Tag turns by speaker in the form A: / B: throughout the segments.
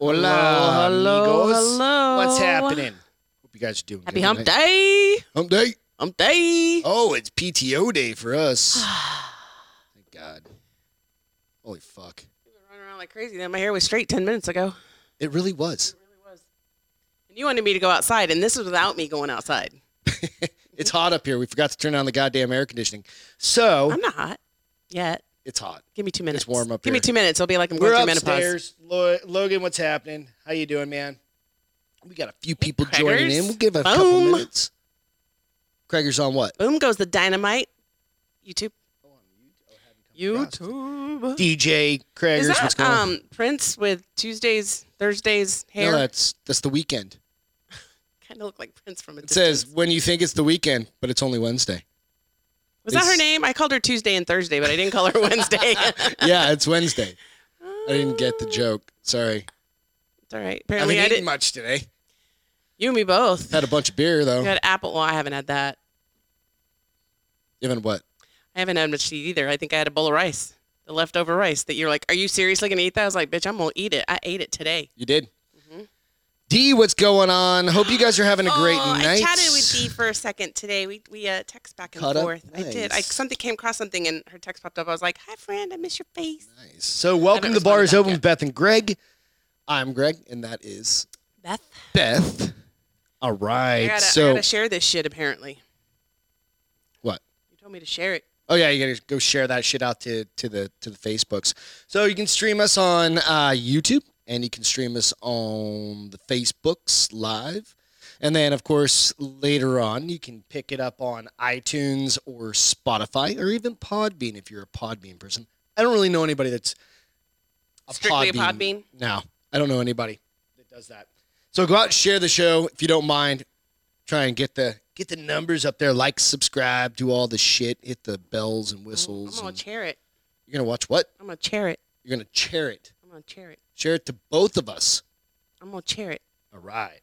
A: Hola,
B: hello,
A: amigos.
B: hello.
A: What's happening? Hope you guys are doing
B: Happy
A: good
B: hump
A: tonight.
B: day.
A: Hump day.
B: Hump day.
A: Oh, it's PTO day for us. Thank God. Holy fuck.
B: Running around like crazy. Then my hair was straight 10 minutes ago.
A: It really was.
B: And you wanted me to go outside, and this was without me going outside.
A: It's hot up here. We forgot to turn on the goddamn air conditioning. So
B: I'm not hot yet.
A: it's hot.
B: Give me two minutes.
A: warm up
B: Give
A: here.
B: me two minutes. It'll be like I'm
A: We're
B: going through menopause.
A: upstairs. Lo- Logan, what's happening? How you doing, man? We got a few people joining
B: Craigers.
A: in. We'll give it a couple
B: Boom.
A: minutes. Craigers on what?
B: Boom goes the dynamite. YouTube.
A: Oh,
B: YouTube.
A: DJ Craigers.
B: Is
A: what's
B: that
A: going on?
B: um, Prince with Tuesdays, Thursdays hair?
A: No, that's that's the weekend.
B: kind of look like Prince from a
A: It
B: distance.
A: says when you think it's the weekend, but it's only Wednesday.
B: was that her
A: it's-
B: name? I called her Tuesday and Thursday, but I didn't call her Wednesday.
A: Yeah, it's Wednesday. I didn't get the joke. Sorry.
B: It's all right.
A: I
B: Apparently,
A: haven't eaten
B: I, didn't.
A: much today.
B: You and me both.
A: Had a bunch of beer though.
B: You had apple. Well, I haven't had that.
A: Even what?
B: I haven't had much to eat either. I think I had a bowl of rice, the leftover rice that you're like, are you seriously going to eat that? I was like, bitch, I'm going to eat it. I ate it today.
A: You did. D, what's going on? Hope you guys are having a great
B: oh,
A: night.
B: I chatted with Dee for a second today. We, we uh, text back and
A: Caught up?
B: forth. I did. I
A: Nice.
B: something came across something and her text popped up. I was like, hi, friend. I miss your face.
A: Nice. So welcome
B: haven't
A: to Bar
B: responded
A: is Open
B: back
A: with Beth and Greg. I'm Greg, and that is
B: Beth.
A: Beth. All right.
B: I got
A: so
B: to share this shit, apparently.
A: what?
B: You told me to share it.
A: Oh yeah, you gotta go share that shit out to to the to the Facebooks. So you can stream us on uh, YouTube, and you can stream us on the Facebooks live, and then of course later on you can pick it up on iTunes or Spotify or even Podbean if you're a Podbean person. I don't really know anybody that's a
B: Strictly a Podbean?
A: No, I don't know anybody that does that. So go out and share the show if you don't mind try and get the get the numbers up there. Like, subscribe, do all the shit, hit the bells and
B: I'm
A: whistles.
B: going
A: and-
B: to share it.
A: you're gonna watch what?
B: I'm going to share it.
A: You're gonna share it.
B: I'm going to share it.
A: Share it to both of us.
B: I'm going to share it.
A: All right.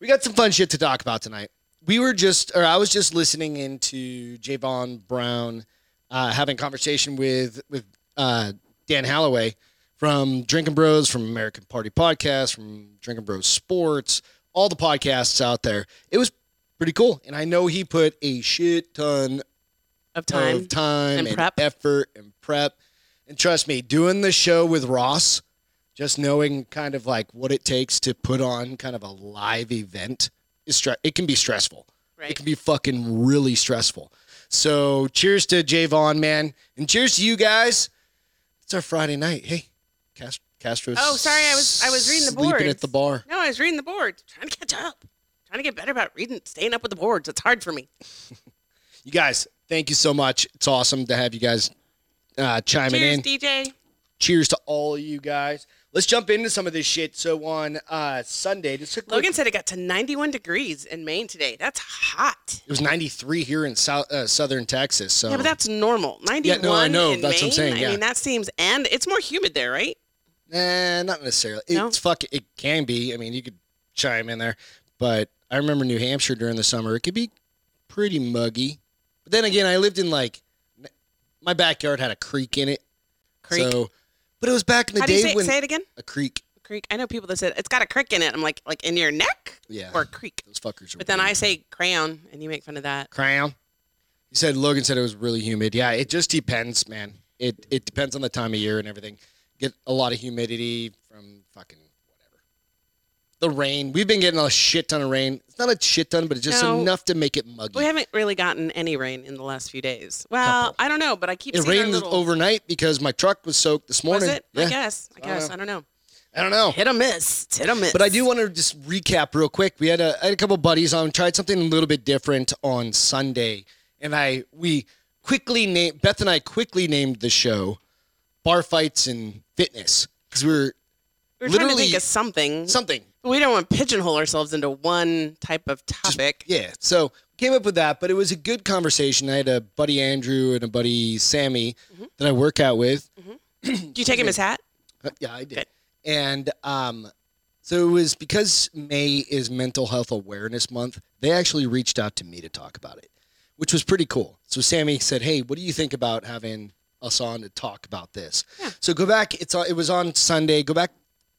A: We got some fun shit to talk about tonight. We were just, or I was just listening into Javon Brown uh, having a conversation with with uh, Dan Halloway from Drinking Bros, from American Party Podcast, from Drinking Bros Sports, all the podcasts out there. It was pretty cool, and I know he put a shit ton
B: Of time.
A: of time
B: and
A: and
B: prep.
A: effort and prep. And trust me, doing the show with Ross, just knowing kind of like what it takes to put on kind of a live event is stre- it can be stressful.
B: Right.
A: It can be fucking really stressful. So cheers to Javon, man, and cheers to you guys. It's our Friday night. Hey, Cast- Castro's.
B: Oh, sorry, I was- I was reading the
A: sleeping
B: boards.
A: at the bar.
B: No, I was reading the boards, trying to catch up, trying to get better about reading, staying up with the boards. It's hard for me.
A: You guys, thank you so much. It's awesome to have you guys uh, chiming
B: Cheers,
A: in.
B: DJ.
A: cheers to all of you guys. Let's jump into some of this shit. So on uh, Sunday, just a quick,
B: Logan said it got to 91 degrees in Maine today. That's hot.
A: it was 93 here in south, uh, southern Texas. So
B: Yeah, but that's normal. 91
A: know.
B: in
A: That's what I'm
B: Maine?
A: saying,
B: I
A: yeah.
B: mean, that seems, and it's more humid there, right?
A: nah, not necessarily. It's
B: No?
A: fuck. It can be. I mean, you could chime in there, but I remember New Hampshire during the summer. It could be pretty muggy. But then again, I lived in like my backyard had a creek in it.
B: Creek.
A: So, but it was back in the
B: How do
A: day
B: you say,
A: when
B: it? say it again?
A: a creek.
B: Creek. I know people that said it's got a creek in it. I'm like, like in your neck
A: Yeah,
B: or creek.
A: those fuckers. are
B: But then
A: weird.
B: I say crayon, and you make fun of that.
A: Crown. You said Logan said it was really humid. Yeah, it just depends, man. It it depends on the time of year and everything. Get a lot of humidity from fucking whatever. The rain. We've been getting a shit ton of rain. It's not a shit ton, but it's just
B: No.
A: enough to make it muggy.
B: We haven't really gotten any rain in the last few days. Well,
A: Couple.
B: I don't know, but I keep
A: it
B: seeing our
A: rained
B: little,
A: overnight because my truck was soaked this
B: Was
A: morning.
B: it?
A: Yeah.
B: I guess. I
A: I don't
B: guess.
A: know.
B: I don't know.
A: I don't know.
B: Hit or miss. It's hit or miss.
A: But I do want to just recap real quick. We had a, I had a couple buddies on, tried something a little bit different on Sunday, and I we quickly named Beth and I quickly named the show "Bar Fights and Fitness" because we were
B: We're trying to
A: literally-
B: think of something.
A: something.
B: we don't want to pigeonhole ourselves into one type of topic.
A: Yeah, so came up with that, but it was a good conversation. I had a buddy Andrew and a buddy Sammy that I work out with.
B: Do you take him his hat?
A: Uh, Yeah, I did.
B: Good.
A: And um, so it was because May is Mental Health Awareness Month, they actually reached out to me to talk about it, which was pretty cool. So Sammy said, Hey, what do you think about having us on to talk about this? So go back, it's on, it was on Sunday. Go back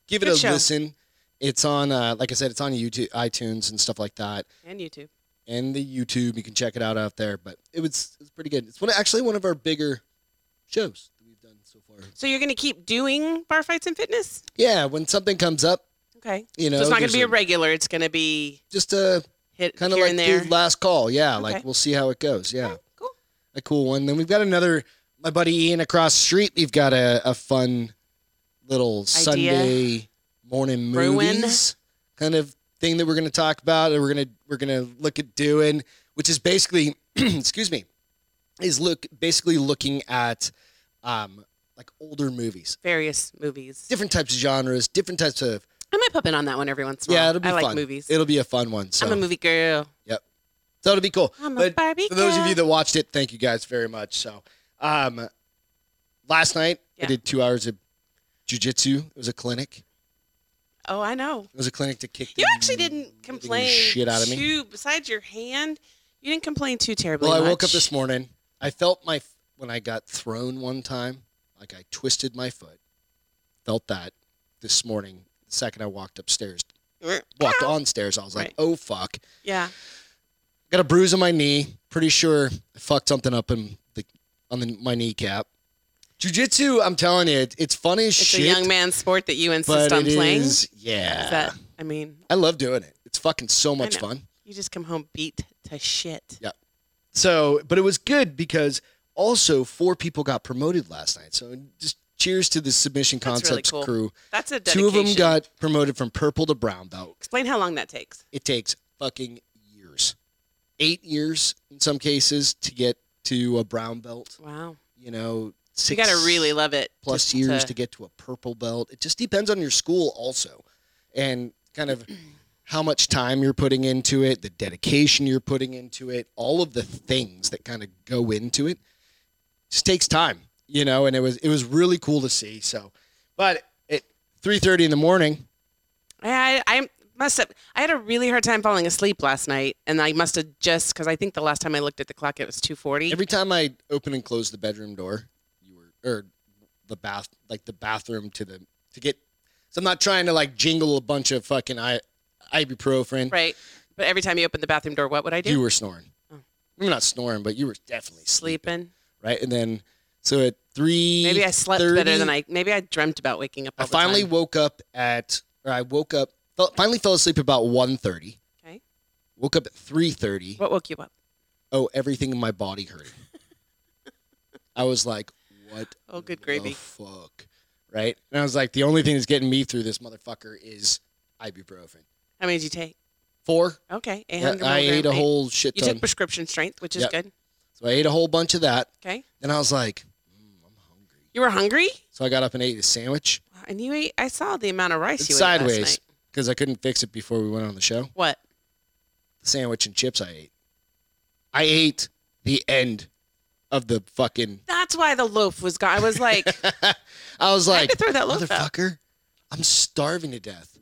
A: give it
B: Good
A: a
B: show.
A: listen. It's on, uh, like I said, it's on YouTube, iTunes, and stuff like that,
B: and YouTube.
A: and the YouTube. You can check it out out there. But it was, it was pretty good. It's one actually one of our bigger shows that we've done so far.
B: So you're going to keep doing bar fights and fitness?
A: Yeah, when something comes up,
B: Okay.
A: you know,
B: so it's not going
A: there's
B: to be a regular. It's going to be
A: just a
B: hit
A: kind of
B: here
A: like
B: and there.
A: the last call. Yeah, like
B: Okay.
A: we'll see how it goes. Yeah,
B: Okay, cool.
A: a cool one. Then we've got another. My buddy Ian across the street. We've got a, a fun little
B: Idea.
A: Sunday morning
B: Ruin.
A: movies kind of thing that we're going to talk about. And we're gonna we're gonna look at doing, which is basically, excuse me, is look basically looking at um like older movies,
B: Various movies.
A: different types of genres, different types of
B: I might pop in on that one every once in a while.
A: yeah. It'll be
B: I like
A: fun.
B: movies.
A: It'll be a fun one. So
B: I'm a movie girl.
A: so it'll be cool.
B: I'm a
A: But
B: Barbie
A: For those
B: girl.
A: of you that watched it, thank you guys very much. So, um, last night
B: Yeah.
A: I did two hours of jujitsu. It was a clinic.
B: oh, I know.
A: It was a clinic to kick.
B: You
A: Mm. the
B: actually didn't complain
A: shit out of me.
B: too. Besides your hand, you didn't complain too terribly.
A: Well, I
B: much.
A: woke up this morning. I felt my when I got thrown one time, like I twisted my foot. Felt that this morning. The second I walked upstairs,
B: morning.
A: walked on stairs, I was like,
B: Right.
A: "Oh fuck!"
B: Yeah.
A: Got a bruise on my knee. Pretty sure I fucked something up in the on the, my kneecap. Jiu-jitsu, I'm telling you, it, it's funny as
B: It's
A: shit.
B: a young man's sport that you
A: but
B: insist on
A: it
B: playing.
A: is, yeah.
B: Is that, I mean,
A: I love doing it. It's fucking so much
B: know.
A: fun.
B: you just come home beat to shit.
A: So, but it was good because also four people got promoted last night. So just cheers to the submission
B: That's really
A: concepts
B: cool.
A: crew.
B: That's a dedication.
A: Two of them got promoted from purple to brown belt.
B: Explain how long that takes.
A: It takes fucking years, eight years in some cases to get to a brown belt.
B: Wow.
A: You know,
B: You
A: six
B: got to really love it.
A: plus
B: just
A: years to,
B: to
A: get to a purple belt. It just depends on your school also, and kind of how much time you're putting into it, the dedication you're putting into it, all of the things that kind of go into it. Just takes time, you know. And it was it was really cool to see. So, but at three thirty in the morning,
B: I, I I must have. I had a really hard time falling asleep last night, and I must have just because I think the last time I looked at the clock, it was two forty.
A: every time I open and close the bedroom door, you were or the bath like the bathroom to the to get. So I'm not trying to like jingle a bunch of fucking I, ibuprofen.
B: Right. But every time you opened the bathroom door, what would I do?
A: You were snoring.
B: Oh.
A: You're not snoring, but you were definitely sleeping,
B: Sleeping.
A: right? And then, so at three,
B: Maybe I slept better than I. Maybe I dreamt about waking up. All
A: I finally
B: The time.
A: woke up at, or I woke up, fell, finally fell asleep about 1.30.
B: Okay.
A: Woke up at three thirty.
B: What woke you up?
A: Oh, everything in my body hurt. I was like, "What?
B: Oh, good
A: the
B: gravy.
A: fuck!" Right? And I was like, "The only thing that's getting me through this motherfucker is ibuprofen."
B: How many did you take?
A: Four.
B: Okay. a
A: Yeah,
B: hundred
A: I ate a
B: milligram.
A: whole shit
B: You
A: ton.
B: took prescription strength, which is
A: Yep.
B: good.
A: so I ate a whole bunch of that.
B: Okay.
A: And I was like, mm, I'm hungry.
B: You were hungry,
A: So I got up and ate a sandwich
B: Wow, and you ate. I saw the amount of rice
A: It's
B: you ate
A: sideways.
B: last night.
A: because I couldn't fix it before we went on the show.
B: What?
A: The sandwich and chips I ate. I ate the end of the fucking.
B: That's why the loaf was gone. I was like,
A: I was
B: I had
A: like,
B: to throw that loaf out.
A: motherfucker, I'm starving to death.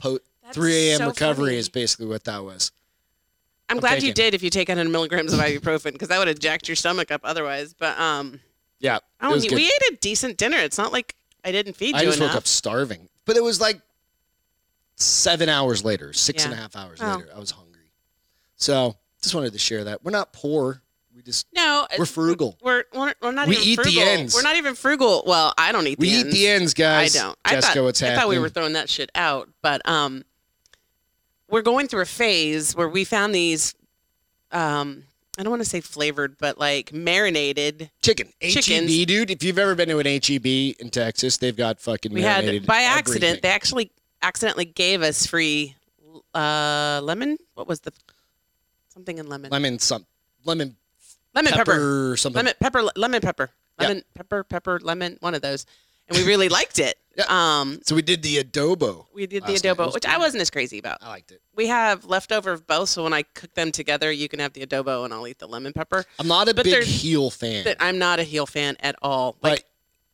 A: Po-
B: That's
A: 3 a.m.
B: so
A: recovery
B: funny.
A: is basically what that was.
B: I'm,
A: I'm
B: glad
A: taking.
B: you did. If you take 100 milligrams of ibuprofen, because that would have jacked your stomach up otherwise. But um,
A: Yeah.
B: oh,
A: it was
B: and
A: good.
B: we ate a decent dinner. It's not like I didn't feed you
A: I just
B: enough.
A: woke up starving. But it was like seven hours later, six and a
B: Yeah.
A: half hours
B: Oh.
A: later, I was hungry. So just wanted to share that. We're not poor. We just,
B: No,
A: we're frugal.
B: We're we're, we're not
A: We
B: even
A: eat the
B: frugal.
A: ends.
B: We're not even frugal. Well, I don't eat
A: We
B: the
A: eat
B: ends.
A: the ends,
B: I
A: guys.
B: don't. I
A: Jessica,
B: thought,
A: what's
B: I
A: happening?
B: thought we were throwing that shit out, but um, we're going through a phase where we found these. Um, I don't want to say flavored, but like marinated.
A: chicken.
B: Chickens.
A: HEB, dude. If you've ever been to an HEB in Texas, they've got fucking.
B: We
A: marinated
B: had by accident. They
A: everything.
B: actually accidentally gave us free uh, lemon. What was the something in lemon?
A: lemon some lemon
B: Lemon
A: pepper,
B: pepper.
A: or something.
B: Lemon pepper. le- Lemon pepper.
A: Yeah.
B: Lemon pepper. Pepper lemon. One of those, and we really liked it.
A: Yeah.
B: Um,
A: So we did the adobo.
B: we did
A: Last
B: the
A: night. It
B: adobo,
A: was
B: which
A: good.
B: I wasn't as crazy about.
A: I liked it.
B: we have leftover of both. So when I cook them together, you can have the adobo and I'll eat the lemon pepper.
A: I'm not a
B: But
A: big
B: there's-
A: heel fan.
B: But I'm not a heel fan at all.
A: But
B: Like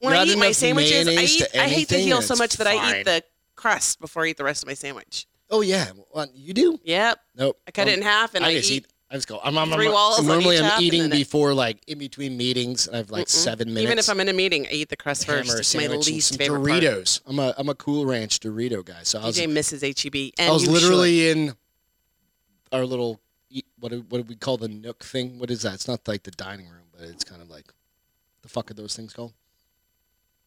B: when I
A: not
B: eat my
A: enough
B: sandwiches, I,
A: mayonnaise
B: eat,
A: to
B: I hate the
A: anything,
B: heel
A: and
B: so
A: it's
B: much that I
A: fine.
B: eat the crust before I eat the rest of my sandwich.
A: oh yeah, Well, you do?
B: Yep.
A: Nope. Um,
B: I cut it in half and I,
A: I just eat I just go. I'm, I'm,
B: Three
A: I'm,
B: walls on
A: Normally,
B: each half
A: I'm
B: and
A: eating
B: then it-
A: before like in between meetings, and I have like
B: Mm-mm.
A: seven minutes.
B: Even if I'm in a meeting, I eat the crust
A: hammer
B: first. It's my
A: sandwich and
B: least
A: some
B: favorite part.
A: Doritos. I'm a I'm a Cool Ranch Dorito guy. So I was
B: DJ misses HEB.
A: I
B: And
A: was
B: you should.
A: literally in our little e- what do, what do we call the nook thing? What is that? It's not like the dining room, but it's kind of like the fuck are those things called?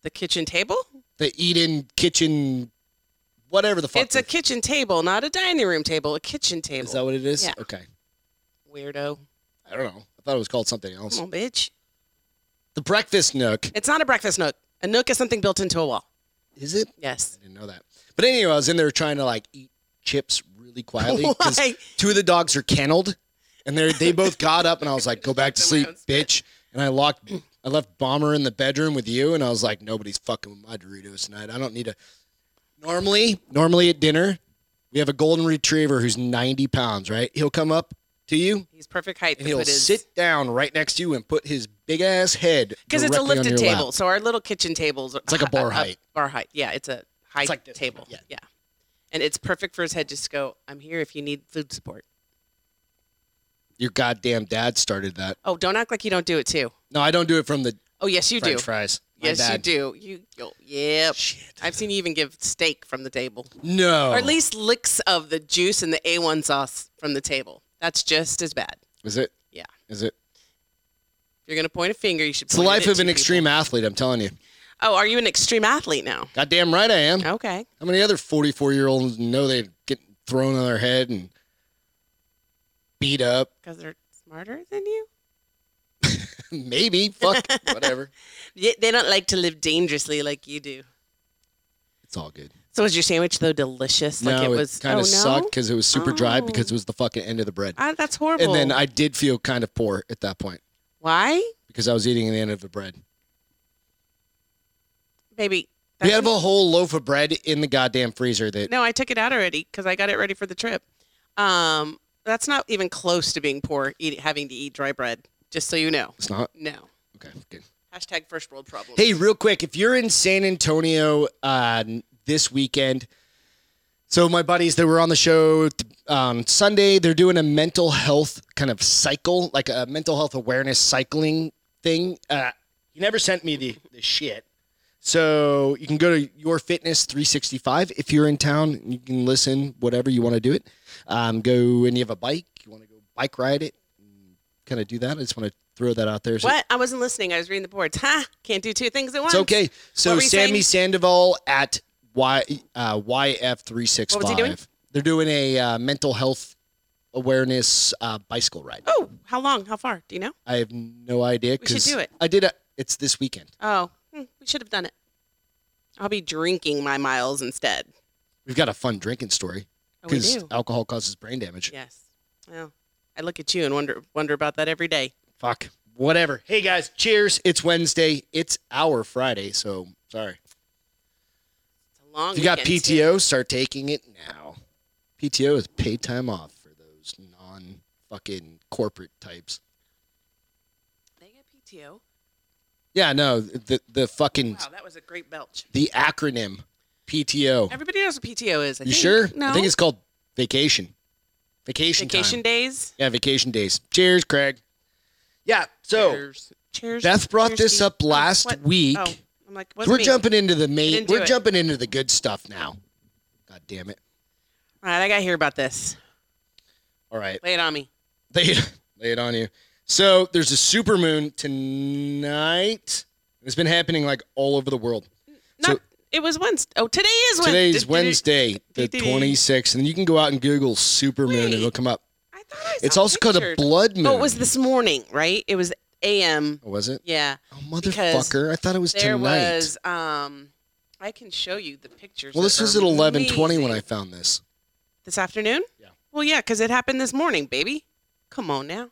B: the kitchen table.
A: The eat-in kitchen, whatever the fuck.
B: It's a
A: the-
B: kitchen table, not a dining room table. A kitchen table.
A: is that what it is?
B: Yeah.
A: Okay,
B: Weirdo.
A: I don't know. I thought it was called something else.
B: Come on, bitch.
A: The breakfast nook
B: It's not a breakfast nook. A nook is something built into a wall.
A: is it?
B: Yes.
A: I didn't know that. But anyway, I was in there trying to like eat chips really quietly because
B: Why?
A: two of the dogs are kenneled, and they they both got up, and I was like, "Go back to sleep, bitch!" And I locked, I left Bomber in the bedroom with you, and I was like, "Nobody's fucking with my Doritos tonight. I don't need to." Normally, normally at dinner, we have a golden retriever who's ninety pounds. Right, he'll come up to you
B: He's perfect height.
A: and he'll
B: is,
A: sit down right next to you and put his big ass head
B: because it's
A: directly
B: a
A: on
B: lifted
A: your lap.
B: table. So our little kitchen tables. It's
A: like a bar height.
B: bar height. Yeah, it's a high
A: like this,
B: table.
A: yeah.
B: And it's perfect for his head. Just go. I'm here if you need food support.
A: Your goddamn dad started that.
B: Oh, don't act like you don't do it too.
A: No, I don't do it from the
B: Oh yes, you
A: French
B: do.
A: fries. My
B: Yes, you
A: bad.
B: do. You. Oh, yep.
A: Shit.
B: I've seen you even give steak from the table,
A: No.
B: or at least licks of the juice and the A1 sauce from the table. That's just as bad.
A: Is it?
B: Yeah.
A: Is it?
B: If you're gonna point a finger, you should.
A: It's the
B: point it
A: life
B: at
A: of
B: two
A: an
B: people.
A: extreme athlete, I'm telling you.
B: Oh, are you an extreme athlete now?
A: Goddamn right I am.
B: Okay.
A: How many other 44 year olds know they get thrown on their head and beat up?
B: Because they're smarter than you.
A: Maybe. Fuck. Whatever.
B: Yeah, They don't like to live dangerously like you do.
A: It's all good.
B: So was your sandwich though delicious?
A: no,
B: like
A: it,
B: it was
A: kind
B: oh,
A: of
B: no?
A: sucked because it was super dry
B: Oh.
A: because it was the fucking end of the bread.
B: Ah, that's horrible.
A: And then I did feel kind of poor at that point
B: why,
A: because I was eating the end of the bread.
B: baby?
A: we
B: that's
A: have a whole loaf of bread in the goddamn freezer that
B: No, I took it out already because I got it ready for the trip. Um, that's not even close to being poor, eat, having to eat dry bread. Just so you know.
A: it's not.
B: No.
A: Okay, good.
B: Hashtag first world problem.
A: Hey, real quick, if you're in San Antonio uh, this weekend, so my buddies that were on the show um, Sunday, they're doing a mental health kind of cycle, like a mental health awareness cycling thing. Uh, he never sent me the, the shit. So you can go to Your Fitness 365 if you're in town. You can listen, whatever you want to do it. Um, go and you have a bike, you want to go bike ride it, kind of do that. I just want to throw that out there. So
B: What? I wasn't listening. I was reading the boards. Ha! Can't do two things at once.
A: it's okay.
B: What
A: So
B: were you
A: Sammy Sandoval at Y uh, YF three six
B: What was he doing?
A: five. They're doing a uh, mental health awareness uh, bicycle ride.
B: Oh, how long? How far? Do you know?
A: I have no idea.
B: We should
A: 'cause
B: do it.
A: I did. A, it's this weekend.
B: Oh, hmm, we should have done it. I'll be drinking my miles instead.
A: We've got a fun drinking story
B: Oh, we
A: because
B: do.
A: alcohol causes brain damage.
B: Yes. Well, I look at you and wonder wonder about that every day.
A: Fuck. Whatever. Hey guys, cheers. It's Wednesday. It's our Friday. So sorry.
B: It's a long.
A: If you got
B: weekend, too.
A: PTO, start taking it now. PTO is paid time off for those non fucking corporate types.
B: They get PTO.
A: Yeah, no, the the fucking
B: Wow, that was a great belch.
A: the acronym PTO.
B: Everybody knows what PTO is. I
A: you
B: think.
A: sure?
B: No.
A: I think it's called vacation. Vacation
B: vacation
A: time.
B: days.
A: Yeah, vacation days. Cheers, Craig. Yeah. So
B: Cheers. Cheers.
A: Beth brought
B: Cheers,
A: this
B: Steve.
A: up
B: Oh,
A: last
B: what?
A: week.
B: Oh, I'm like, what's
A: we're
B: me?
A: jumping into the main.
B: didn't do
A: We're
B: it.
A: jumping into the good stuff now. God damn it!
B: All right, I got to hear about this.
A: All right,
B: Lay it on me.
A: lay it, lay it on you. So there's a supermoon tonight. It's been happening like all over the world.
B: Not,
A: So-
B: it was Wednesday. Oh, today is Wednesday.
A: Today's Wednesday, the
B: did it-
A: 26th, and you can go out and Google supermoon, and
B: Wait.
A: it'll come up.
B: I thought I saw
A: It's also called a
B: pictures.
A: blood moon.
B: Oh, it was this morning, right? It was a.m.
A: Oh, was it?
B: Yeah.
A: Oh,
B: because
A: motherfucker! I thought it was
B: There
A: tonight.
B: was um I can show you the pictures.
A: well,
B: that
A: this was
B: are
A: at eleven twenty when
B: amazing.
A: I found this.
B: This afternoon?
A: Yeah.
B: Well, yeah, because it happened this morning, baby. Come on now.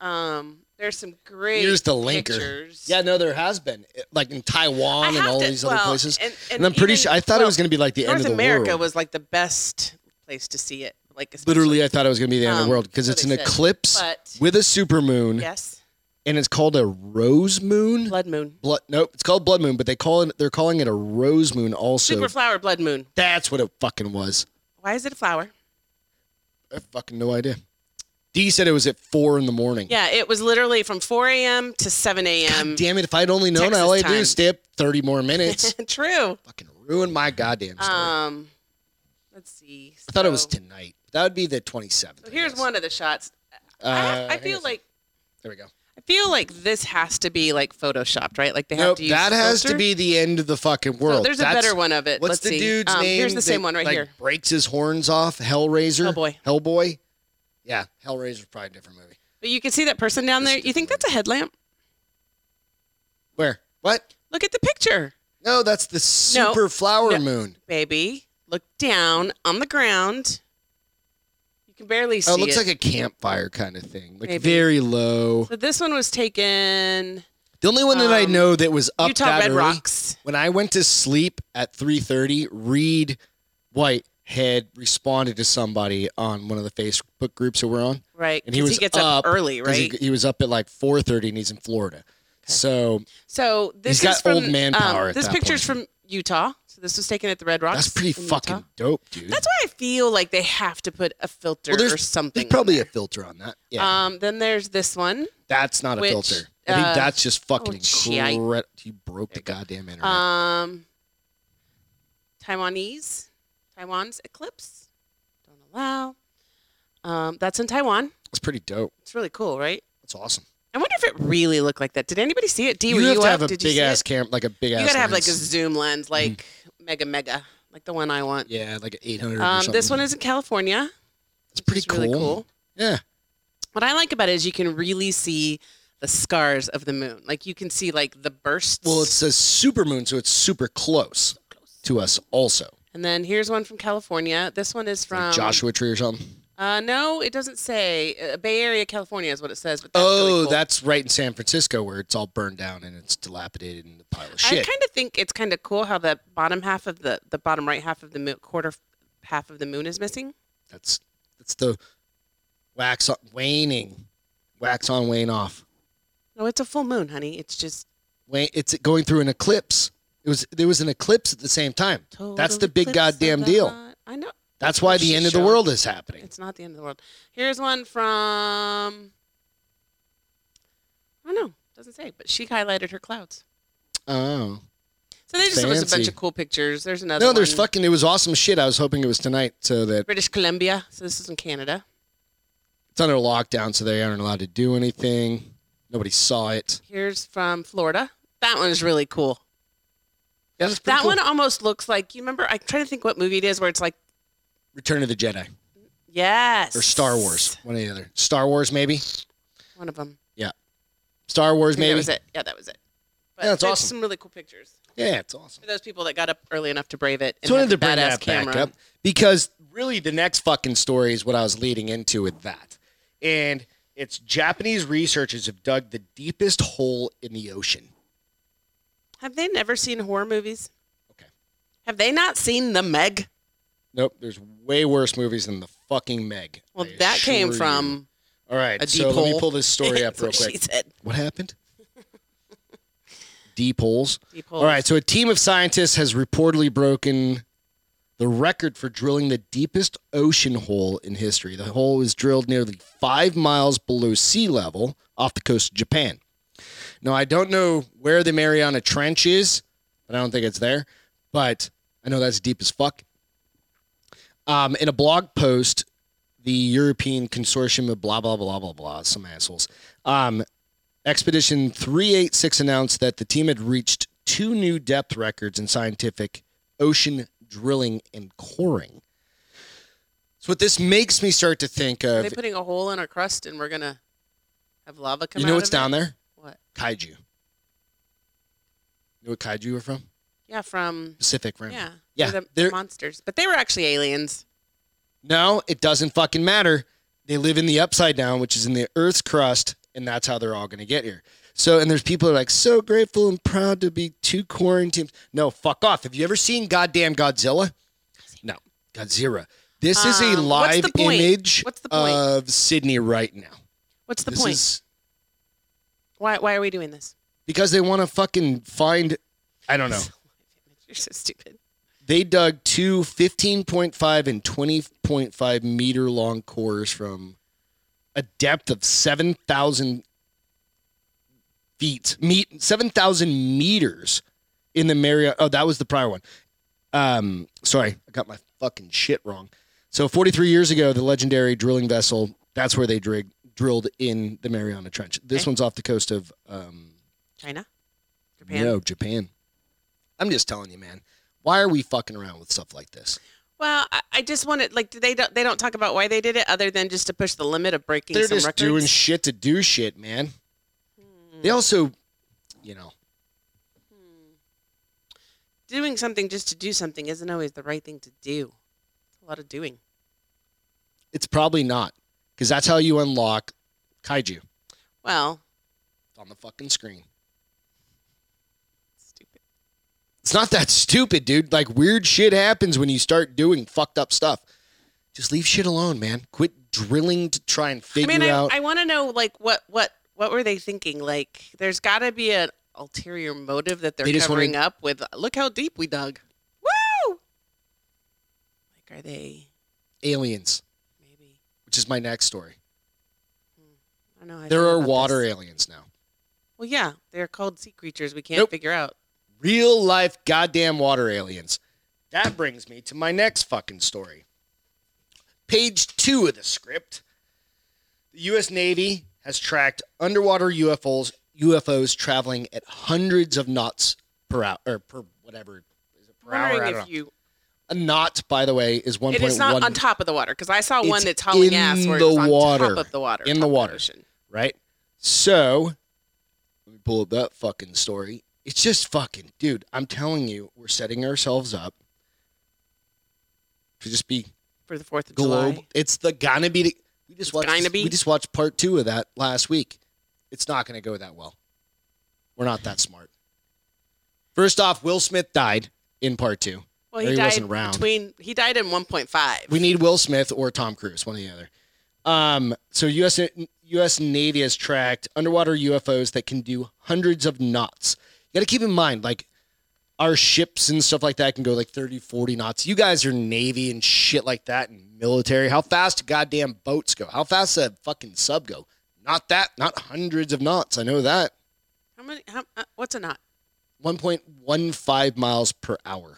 B: Um, there's some great
A: Here's the linker.
B: pictures.
A: Yeah, no, there has been eh, like in
B: I
A: Taiwan and
B: have
A: all
B: to-
A: these other
B: well,
A: places.
B: And,
A: And, I'm pretty
B: even-
A: sure I thought it
B: well,
A: was going to be like the end
B: North
A: of the
B: America
A: world.
B: was like the best place to see it. Like especially-
A: Literally, I thought it was going to be the end of
B: Um,
A: the world because
B: that's
A: it's an
B: what they said.
A: eclipse
B: But
A: with a supermoon,
B: yes,
A: and it's called a rose moon.
B: blood moon,
A: Blood- nope, it's called blood moon, but they call it. They're calling it a rose moon also.
B: super flower, blood moon.
A: That's what it fucking was.
B: Why is it a flower?
A: I have fucking no idea. D said it was at four in the morning.
B: Yeah, it was literally from 4 a.m. to 7 a.m.
A: God damn it! If I'd only known,
B: Mm-hmm. Texas
A: all I do
B: time.
A: is stay up thirty more minutes.
B: True.
A: Fucking ruin my goddamn story.
B: Um, let's see.
A: I thought it was
B: So-
A: tonight. That would be the twenty seventh.
B: so here's one of the shots.
A: Uh,
B: I, I
A: hang
B: feel
A: on.
B: like
A: there we go.
B: I feel like this has to be like photoshopped, right? Like they have
A: Nope,
B: to use
A: that has to
B: filters.
A: be the end of the fucking world.
B: So there's a
A: That's-
B: better one of it.
A: What's
B: Let's
A: the
B: see.
A: dude's
B: um,
A: name?
B: Here's the same
A: that,
B: one right
A: like,
B: here.
A: Breaks his horns off. Hellraiser.
B: Hellboy.
A: Hellboy. Yeah, Hellraiser's probably a different movie.
B: But you can see that person down
A: This
B: there.
A: is
B: You think
A: different.
B: that's a headlamp?
A: Where? What?
B: Look at the picture,
A: No, that's the super flower
B: No.
A: moon.
B: baby. Look down on the ground. You can barely see
A: Oh, it looks like a campfire kind of thing, like
B: Maybe.
A: very low.
B: so this one was taken
A: The only one that I
B: Um,
A: know that was up
B: Utah
A: that
B: Red
A: early,
B: Rocks.
A: when I went to sleep at 3:30, Reed White had responded to somebody on one of the Facebook groups that we're on.
B: Right.
A: And he
B: 'cause
A: was
B: gets
A: up
B: up, early,
A: 'cause
B: right?
A: He, he was up at like 4:30 and he's in Florida. So
B: so this
A: got
B: is from
A: old man
B: um,
A: power at
B: this
A: that
B: picture's
A: point.
B: from Utah. So this was taken at the Red Rocks.
A: that's pretty
B: in
A: fucking
B: Utah.
A: dope, dude.
B: That's why I feel like they have to put a filter
A: Well, there's-
B: or something.
A: There's
B: on
A: probably
B: there.
A: a filter on that. Yeah,
B: Um, then there's this one.
A: that's not a
B: which,
A: filter. I think
B: uh,
A: that's just fucking
B: oh, gee, I-
A: incredible. You broke the goddamn internet.
B: Um, Taiwanese, Taiwan's eclipse. Don't allow. Um, that's in Taiwan.
A: that's pretty dope.
B: It's really cool, right?
A: That's awesome.
B: I wonder if it really looked like that. Did anybody see it? D,
A: You
B: were
A: have
B: you
A: to
B: up?
A: have a
B: Did you
A: big
B: see
A: ass
B: it?
A: camera, like a big ass.
B: You gotta have like a
A: lens. Mm-hmm.
B: zoom lens, like mega mega, like the one I want.
A: yeah, like an 800. or
B: Um,
A: something.
B: this one is in California.
A: It's pretty
B: It's really cool.
A: Yeah,
B: What I like about it is you can really see the scars of the moon. Like you can see like the bursts.
A: Well, it's a supermoon, so it's super close to us also.
B: and then here's one from California. This one is from
A: Like Joshua Tree or something.
B: Uh, no, it doesn't say. Uh, Bay Area, California is what it says. But that's
A: oh,
B: really cool.
A: that's right in San Francisco where it's all burned down and it's dilapidated and a pile of
B: I
A: shit.
B: kind of think it's kind of cool how the bottom half of the the bottom right half of the moon, quarter f- half of the moon is missing.
A: that's that's the wax on, waning, wax on, wane off.
B: No, Oh, it's a full moon, honey. It's just
A: Wane, it's going through an eclipse. It was there was an eclipse at the same time.
B: total
A: That's the big
B: eclipse of
A: goddamn deal.
B: heart. I know
A: That's why the
B: Shit
A: end of the
B: show.
A: world is happening.
B: it's not the end of the world. Here's one from. I don't know. Doesn't say, but she highlighted her clouds.
A: Oh.
B: So there just was a bunch
A: Fancy.
B: of cool pictures. There's another.
A: No, there's
B: one.
A: fucking it was awesome shit. I was hoping it was tonight so that
B: British Columbia. So this is in Canada.
A: it's under lockdown, so they aren't allowed to do anything. Nobody saw it.
B: Here's from Florida. That one is really cool.
A: Yeah, that's pretty
B: That
A: cool.
B: one almost looks like you remember. I'm trying to think what movie it is where it's like
A: Return of the Jedi
B: yes
A: or Star Wars, one or the other. Star Wars maybe.
B: One of them.
A: Star Wars
B: That
A: maybe.
B: was it. Yeah, that was it. But
A: Yeah, that's
B: there's
A: awesome.
B: Some really cool pictures
A: Yeah, it's awesome.
B: for those people that got up early enough to brave it. And
A: So I
B: had
A: wanted to
B: the
A: bring
B: badass
A: that
B: camera.
A: back up because really the next fucking story is what I was leading into with that. And it's Japanese researchers have dug the deepest hole in the ocean.
B: Have they never seen horror movies?
A: Okay.
B: Have they not seen The Meg?
A: Nope, there's way worse movies than the fucking Meg.
B: Well,
A: I
B: that came
A: assure you.
B: from
A: All right,
B: a
A: so
B: deep
A: let me
B: hole.
A: pull this story up
B: That's
A: real
B: what She
A: quick.
B: said.
A: What happened? Deep holes.
B: Deep
A: All right, so a team of scientists has reportedly broken the record for drilling the deepest ocean hole in history. The hole was drilled nearly five miles below sea level off the coast of Japan. Now, I don't know where the Mariana Trench is, but I don't think it's there. But I know that's deep as fuck. Um, in a blog post, the European Consortium of blah, blah, blah, blah, blah, some assholes, um, Expedition 386 announced that the team had reached two new depth records in scientific ocean drilling and coring. So, what this makes me start to think
B: Are
A: of,
B: they putting a hole in our crust and we're gonna have lava come
A: you
B: out?
A: know what's
B: of it?
A: down there?
B: What?
A: Kaiju. You know what kaiju are from?
B: Yeah, from
A: Pacific Rim.
B: yeah,
A: Yeah,
B: they're the
A: they're-
B: monsters, but they were actually aliens.
A: No, it doesn't fucking matter. They live in the upside down, which is in the Earth's crust, and that's how they're all going to get here. So, and there's people who are like, so grateful and proud to be two quarantines. No, fuck off. Have you ever seen goddamn Godzilla? No, Godzilla. This is a
B: Um, what's
A: live
B: the point?
A: image
B: What's the point?
A: of Sydney right now.
B: What's the
A: this
B: point?
A: is
B: Why, why are we doing this?
A: because they want to fucking find. I don't know.
B: You're so stupid.
A: They dug two 15.5 and 20.5 meter long cores from a depth of 7,000 feet, meet 7,000 meters in the Marriott. Oh, that was the prior one. Um, sorry, I got my fucking shit wrong. So 43 years ago, the legendary drilling vessel, that's where they drig, drilled in the Mariana Trench. This
B: Okay.
A: one's off the coast of, um,
B: China, Japan.
A: no, Japan. I'm just telling you, man. Why are we fucking around with stuff like this?
B: Well, I, I just wanted like they don't they don't talk about why they did it other than just to push the limit of breaking
A: They're
B: some
A: just
B: records. Hmm.
A: doing shit to do shit, man. They also, you know,
B: doing something just to do something isn't always the right thing to do. It's a lot of doing.
A: it's probably not because that's how you unlock kaiju
B: Well,
A: It's on the fucking screen.
B: stupid.
A: It's not that stupid, dude. Like weird shit happens when you start doing fucked up stuff. Just leave shit alone, man. Quit drilling to try and
B: I
A: figure
B: mean, I,
A: out.
B: I want to know like what what what were they thinking? Like, there's got to be an ulterior motive that they're
A: They just wanna-
B: covering up with. Look how deep we dug. Woo! Like, are they
A: aliens,
B: maybe?
A: which is my next story.
B: I don't know. how I
A: There
B: feel
A: are
B: about
A: water
B: this.
A: aliens now.
B: Well, yeah, they're called sea creatures. We can't
A: Nope.
B: figure out.
A: Real life goddamn water aliens. That brings me to my next fucking story. Page two of the script. The U.S. Navy has tracked underwater UFOs, UFOs traveling at hundreds of knots per hour, or per whatever is it per hour? I
B: wondering
A: don't
B: if
A: know.
B: you.
A: A knot, by the way, is one
B: It
A: point
B: is not on
A: one.
B: top of the water because I saw
A: It's
B: one that's hauling
A: in
B: ass where
A: the
B: it's on
A: water.
B: top of the water.
A: In the
B: top of
A: water.
B: ocean.
A: Right. So let me pull up that fucking story. It's just fucking, dude. I'm telling you, we're setting ourselves up to just be
B: for the Fourth of
A: globe.
B: July.
A: It's the gonna be. The, we just
B: It's
A: watched.
B: gonna be.
A: We just watched part two of that last week. It's not gonna go that well. We're not that smart. First off, Will Smith died in part two.
B: Well,
A: Or
B: he,
A: he
B: died
A: wasn't round.
B: between. He died in 1.5.
A: We need Will Smith or Tom Cruise, one or the other. Um, so U.S. N- U.S. Navy has tracked underwater UFOs that can do hundreds of knots. You got to keep in mind, like our ships and stuff like that can go like 30, 40 knots. You guys are Navy and shit like that and military. How fast do goddamn boats go? How fast does a fucking sub go? Not that, not hundreds of knots. I know that.
B: How many? How, uh, what's a knot?
A: 1.15 miles per hour.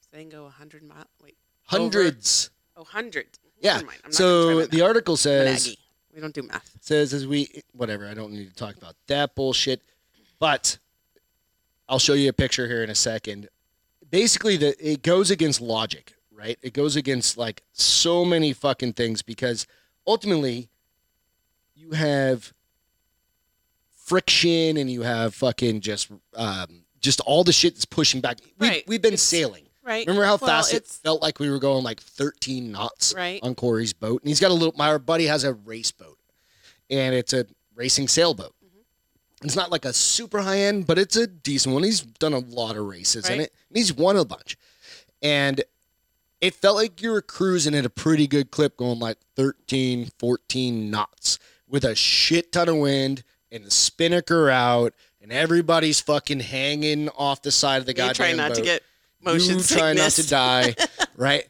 B: Does They can go 100 miles. Wait. Over.
A: Hundreds.
B: Oh, 100.
A: Yeah.
B: Never mind. I'm not gonna
A: So
B: try my
A: the
B: math.
A: article
B: I'm an
A: says.
B: Aggie. We don't do math.
A: says as we whatever i don't need to talk about that bullshit but i'll show you a picture here in a second basically the it goes against logic right it goes against like so many fucking things because ultimately you have friction and you have fucking just um, just all the shit that's pushing back we,
B: Right.
A: we've been
B: It's-
A: sailing
B: Right.
A: Remember how
B: Well,
A: fast it
B: it's-
A: felt like we were going like 13 knots
B: Right.
A: on Corey's boat? And he's got a little, my buddy has a race boat, and it's a racing sailboat.
B: Mm-hmm.
A: It's not like a super high end, but it's a decent one. He's done a lot of races in
B: Right.
A: it, and he's won a bunch. And it felt like you were cruising at a pretty good clip going like 13, 14 knots with a shit ton of wind and the spinnaker out. And everybody's fucking hanging off the side of the
B: you
A: goddamn
B: try not to
A: boat
B: get motion
A: you
B: sickness.
A: try not to die, right?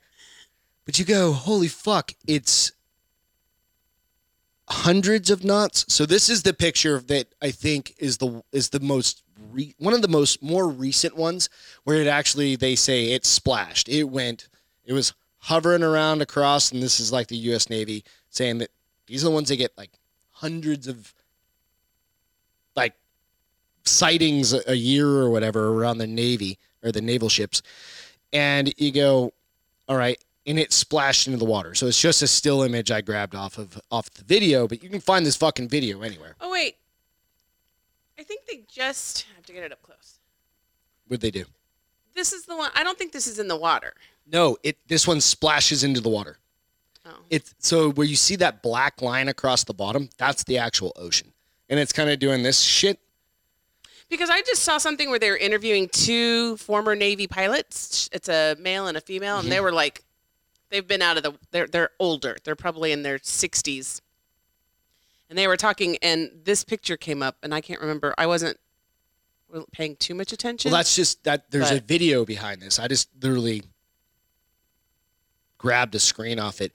A: But you go, holy fuck, it's hundreds of knots. So this is the picture that I think is the is the most re, one of the most more recent ones where it actually they say it splashed. It went it was hovering around across and this is like the US Navy saying that these are the ones that get like hundreds of like sightings a a year or whatever around the Navy or the naval ships. And you go, all right, and it splashed into the water. So it's just a still image I grabbed off of off the video, but you can find this fucking video anywhere.
B: Oh wait. I think they just I have to get it up close.
A: What'd they do?
B: This is the one. I don't think this is in the water.
A: No, it this one splashes into the water.
B: Oh.
A: It's so where you see that black line across the bottom, that's the actual ocean. And it's kind of doing this shit.
B: Because I just saw something where they were interviewing two former Navy pilots. It's a male and a female, and they were like, they've been out of the. They're they're older. They're probably in their sixties. And they were talking, and this picture came up, and I can't remember. I wasn't wasn't paying too much attention.
A: Well, that's just that there's a
B: But-
A: video behind this. I just literally grabbed a screen off it.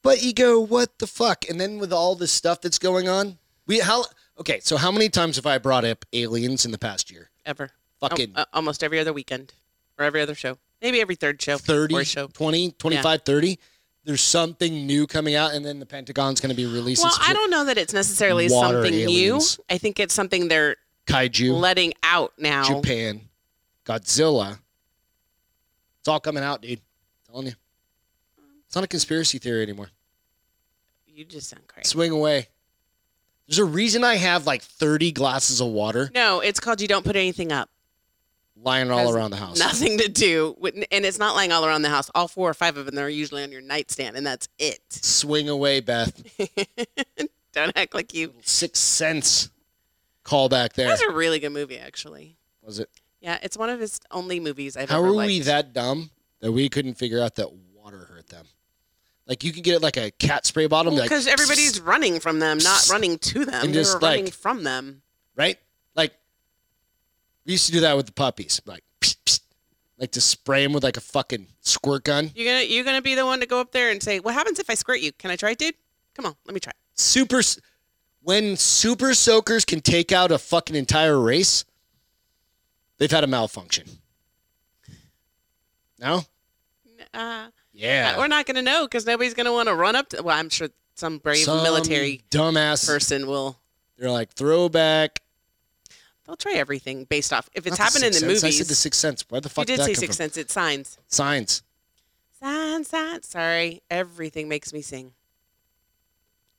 A: But you go, what the fuck? And then with all this stuff that's going on, we how okay. So how many times have I brought up aliens in the past year?
B: ever. Al-
A: Fucking
B: uh, almost every other weekend or every other show. Maybe every third show.
A: 30,
B: fourth show.
A: 20, 25, 30. There's something new coming out, and then the Pentagon's going to be releasing
B: Well,
A: some
B: I don't know that it's necessarily
A: Water
B: something
A: aliens.
B: new. I think it's something they're
A: kaiju,
B: letting out now.
A: Japan, Godzilla. It's all coming out, dude. telling you, it's not a conspiracy theory anymore.
B: You just sound crazy.
A: Swing away. There's a reason I have like 30 glasses of water
B: No, it's called you don't put anything up.
A: lying all
B: Has
A: around the house.
B: Nothing to do, with, and it's not lying all around the house. All four or five of them are usually on your nightstand, and that's it.
A: Swing away, Beth.
B: don't act like you.
A: Six cents call back there.
B: That's a really good movie, actually.
A: was it?
B: Yeah, it's one of his only movies I've
A: How
B: ever
A: were
B: liked.
A: we that dumb that we couldn't figure out that water hurt them? Like you could get it like a cat spray bottle, and be like,
B: Because everybody's running from them, not running to them.
A: And
B: they
A: just,
B: were running
A: like-
B: from them.
A: right? Like we used to do that with the puppies, like psst, psst, like to spray them with like a fucking squirt gun.
B: You're gonna you're gonna be the one to go up there and say, "What happens if I squirt you? Can I try it, dude? Come on, let me try." it."
A: Super s- when super soakers can take out a fucking entire race, they've had a malfunction. No?
B: Uh,
A: Yeah.
B: We're not gonna know because nobody's gonna want to run up. to Well, I'm sure some brave
A: Some
B: military
A: dumbass.
B: person will.
A: They're like throwback.
B: They'll try everything based off if it's
A: Not
B: happened in the
A: Sixth Sense.
B: movies.
A: I said the Sixth Sense. Where the
B: you
A: fuck
B: did
A: that
B: say
A: come
B: Sixth
A: from?
B: Sense. It's signs.
A: Signs.
B: Signs, signs. Sorry, everything makes me sing.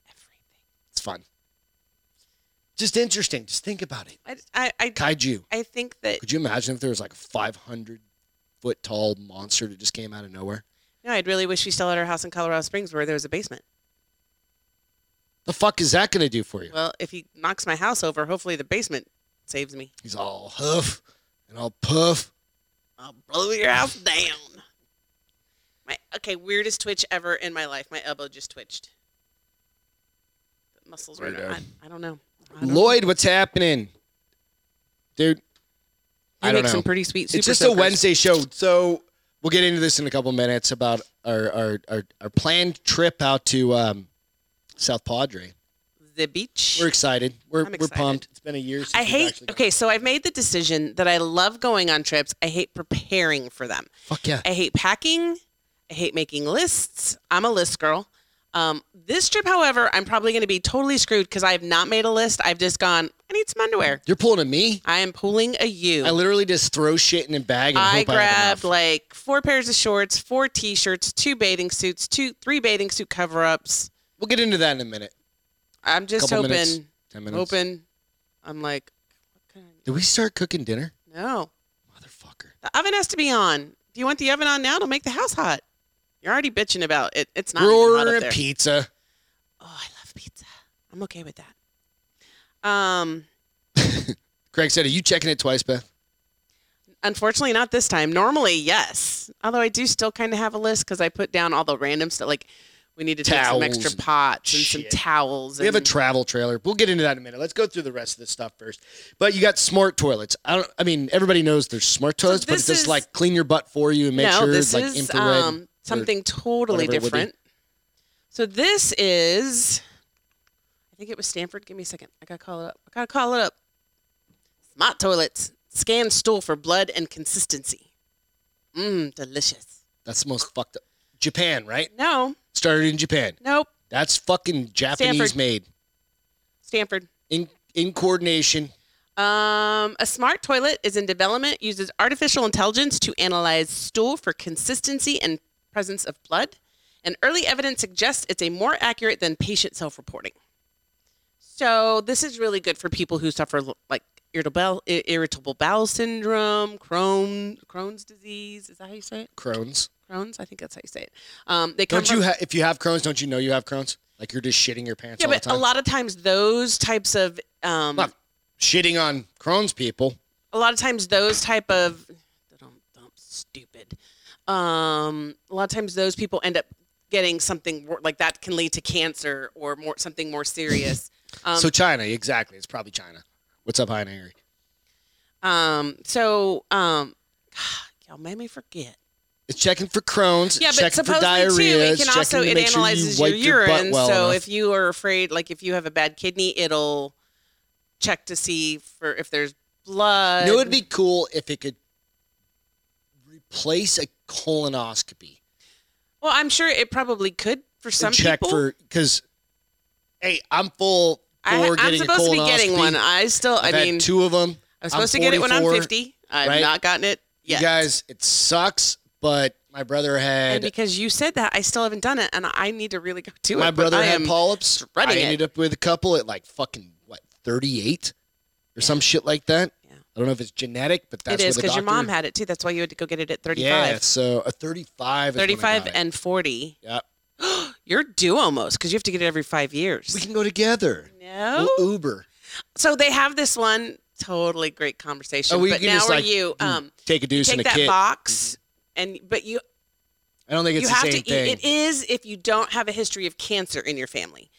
B: Everything.
A: It's fun. Just interesting. Just think about it.
B: I I I,
A: Kaiju.
B: I think that
A: Could you imagine if there was like a 500 foot tall monster that just came out of nowhere?
B: no, I'd really wish she still had her house in Colorado Springs where there was a basement.
A: The fuck is that gonna do for you?
B: Well, if he knocks my house over, hopefully the basement saves me.
A: He's all huff and all puff.
B: I'll blow your house down. My okay, weirdest twitch ever in my life. My elbow just twitched. The muscles were.
A: Right
B: I,
A: on.
B: I don't know. I don't
A: Lloyd, what's happening, dude?
B: They
A: I don't
B: make some
A: know.
B: pretty sweet. Super
A: It's just
B: soakers.
A: a Wednesday show, so we'll get into this in a couple minutes about our our, our, our planned trip out to um, South Padre.
B: The beach.
A: We're excited. We're
B: I'm
A: we're
B: excited.
A: pumped. It's been a year. Since
B: I
A: we've
B: hate.
A: actually gone.
B: Okay, so I've made the decision that I love going on trips. I hate preparing for them.
A: Fuck yeah.
B: I hate packing. I hate making lists. I'm a list girl. Um, this trip, however, I'm probably going to be totally screwed because I have not made a list. I've just gone. I need some underwear.
A: You're pulling a me.
B: I am pulling a U.
A: I literally just throw shit in a bag and
B: I
A: hope I have
B: grabbed
A: enough.
B: like four pairs of shorts, four t-shirts, two bathing suits, two three bathing suit cover-ups.
A: We'll get into that in a minute.
B: I'm just
A: Couple
B: hoping,
A: minutes. Ten minutes.
B: hoping. I'm like, what can I-
A: Did we start cooking dinner?
B: no,
A: Motherfucker.
B: the oven has to be on. Do you want the oven on now to make the house hot? You're already bitching about it. It's not
A: We're
B: even hot up
A: ordering a
B: there.
A: pizza.
B: oh, I love pizza. I'm okay with that. Um,
A: Craig said, "Are you checking it twice, Beth?"
B: Unfortunately, not this time. Normally, yes. Although I do still kind of have a list because I put down all the random stuff. Like, we need to
A: Towels
B: take some extra
A: and
B: pots and
A: shit.
B: some towels.
A: We have a
B: and-
A: travel trailer. We'll get into that in a minute. Let's go through the rest of this stuff first. But you got smart toilets. I don't. I mean, everybody knows there's smart toilets, but
B: this
A: it does
B: is-
A: like clean your butt for you and make
B: no,
A: sure
B: this
A: like
B: is
A: infrared.
B: um, something totally
A: whatever it would be.
B: different. So this is, I think it was Stanford. Give me a second. I gotta call it up. I gotta call it up. Smart toilets scan stool for blood and consistency. Mmm, delicious.
A: That's the most fucked up. Japan, right?
B: No,
A: Started in Japan.
B: nope.
A: That's fucking Japanese
B: Stanford.
A: made.
B: Stanford.
A: In in coordination.
B: Um, a smart toilet is in development, uses artificial intelligence to analyze stool for consistency and presence of blood. And early evidence suggests it's a more accurate than patient self reporting. So, this is really good for people who suffer l- like irritable, bowel- i- irritable bowel syndrome, Crohn, Crohn's disease. Is that how you say it?
A: Crohn's.
B: Crohn's? I think that's how you say it. Um, they come
A: Don't
B: from-
A: you? Ha- if you have Crohn's, don't you know you have Crohn's? Like you're just shitting your pants
B: yeah,
A: all the
B: but a
A: time.
B: lot of times those types of um,
A: Not shitting on Crohn's people.
B: a lot of times those type of dump, dump, stupid um a lot of times those people end up getting something wor- like that can lead to cancer or more something more serious um,
A: so China, exactly. It's probably China. What's up, high and angry?
B: um so um y'all made me forget
A: It's checking for Crohn's.
B: Yeah,
A: it's
B: but
A: checking for
B: supposedly too,
A: diarrhea.
B: it
A: it's
B: can
A: checking
B: also
A: to
B: it
A: make sure you
B: analyzes
A: wipe
B: your
A: butt
B: urine.
A: well
B: so
A: enough.
B: if you are afraid, like if you have a bad kidney, it'll check to see for if there's blood.
A: You know, it would be cool if it could replace a colonoscopy.
B: Well, I'm sure it probably could for some
A: and check
B: people.
A: for because, hey, I'm full for
B: I, I'm
A: getting a
B: supposed to be getting
A: colonoscopy.
B: one. I still, I
A: I've had
B: mean,
A: two of them.
B: I'm supposed to get it when I'm
A: 44,
B: 50. I've
A: right?
B: not gotten it
A: You
B: yet.
A: guys, it sucks, but my brother
B: and
A: had
B: because you said that, I still haven't done it, and I need to really go do it.
A: my
B: but
A: brother
B: I
A: had
B: am-
A: polyps. I
B: dreading it.
A: ended up with a couple at like fucking what 38 or some shit like that.
B: Yeah.
A: I don't know if it's genetic, but
B: It
A: that's
B: is
A: because
B: because your mom had it too. That's why you had to go get it at 35.
A: Yeah, so a 35. Is when I
B: 35
A: got it.
B: and 40.
A: Yep.
B: You're due almost because you have to get it every five years.
A: we can go together.
B: no.
A: We'll Uber.
B: So they have this one totally great conversation.
A: Oh, we
B: but
A: can
B: now
A: just,
B: are
A: like,
B: you
A: do
B: um
A: Hmm. Take a deuce and
B: take
A: a
B: that
A: kit. Mm-hmm.
B: box and but you
A: I don't think it's
B: you
A: the
B: have
A: same
B: to
A: thing.
B: eat it is if you don't have a history of cancer in your family.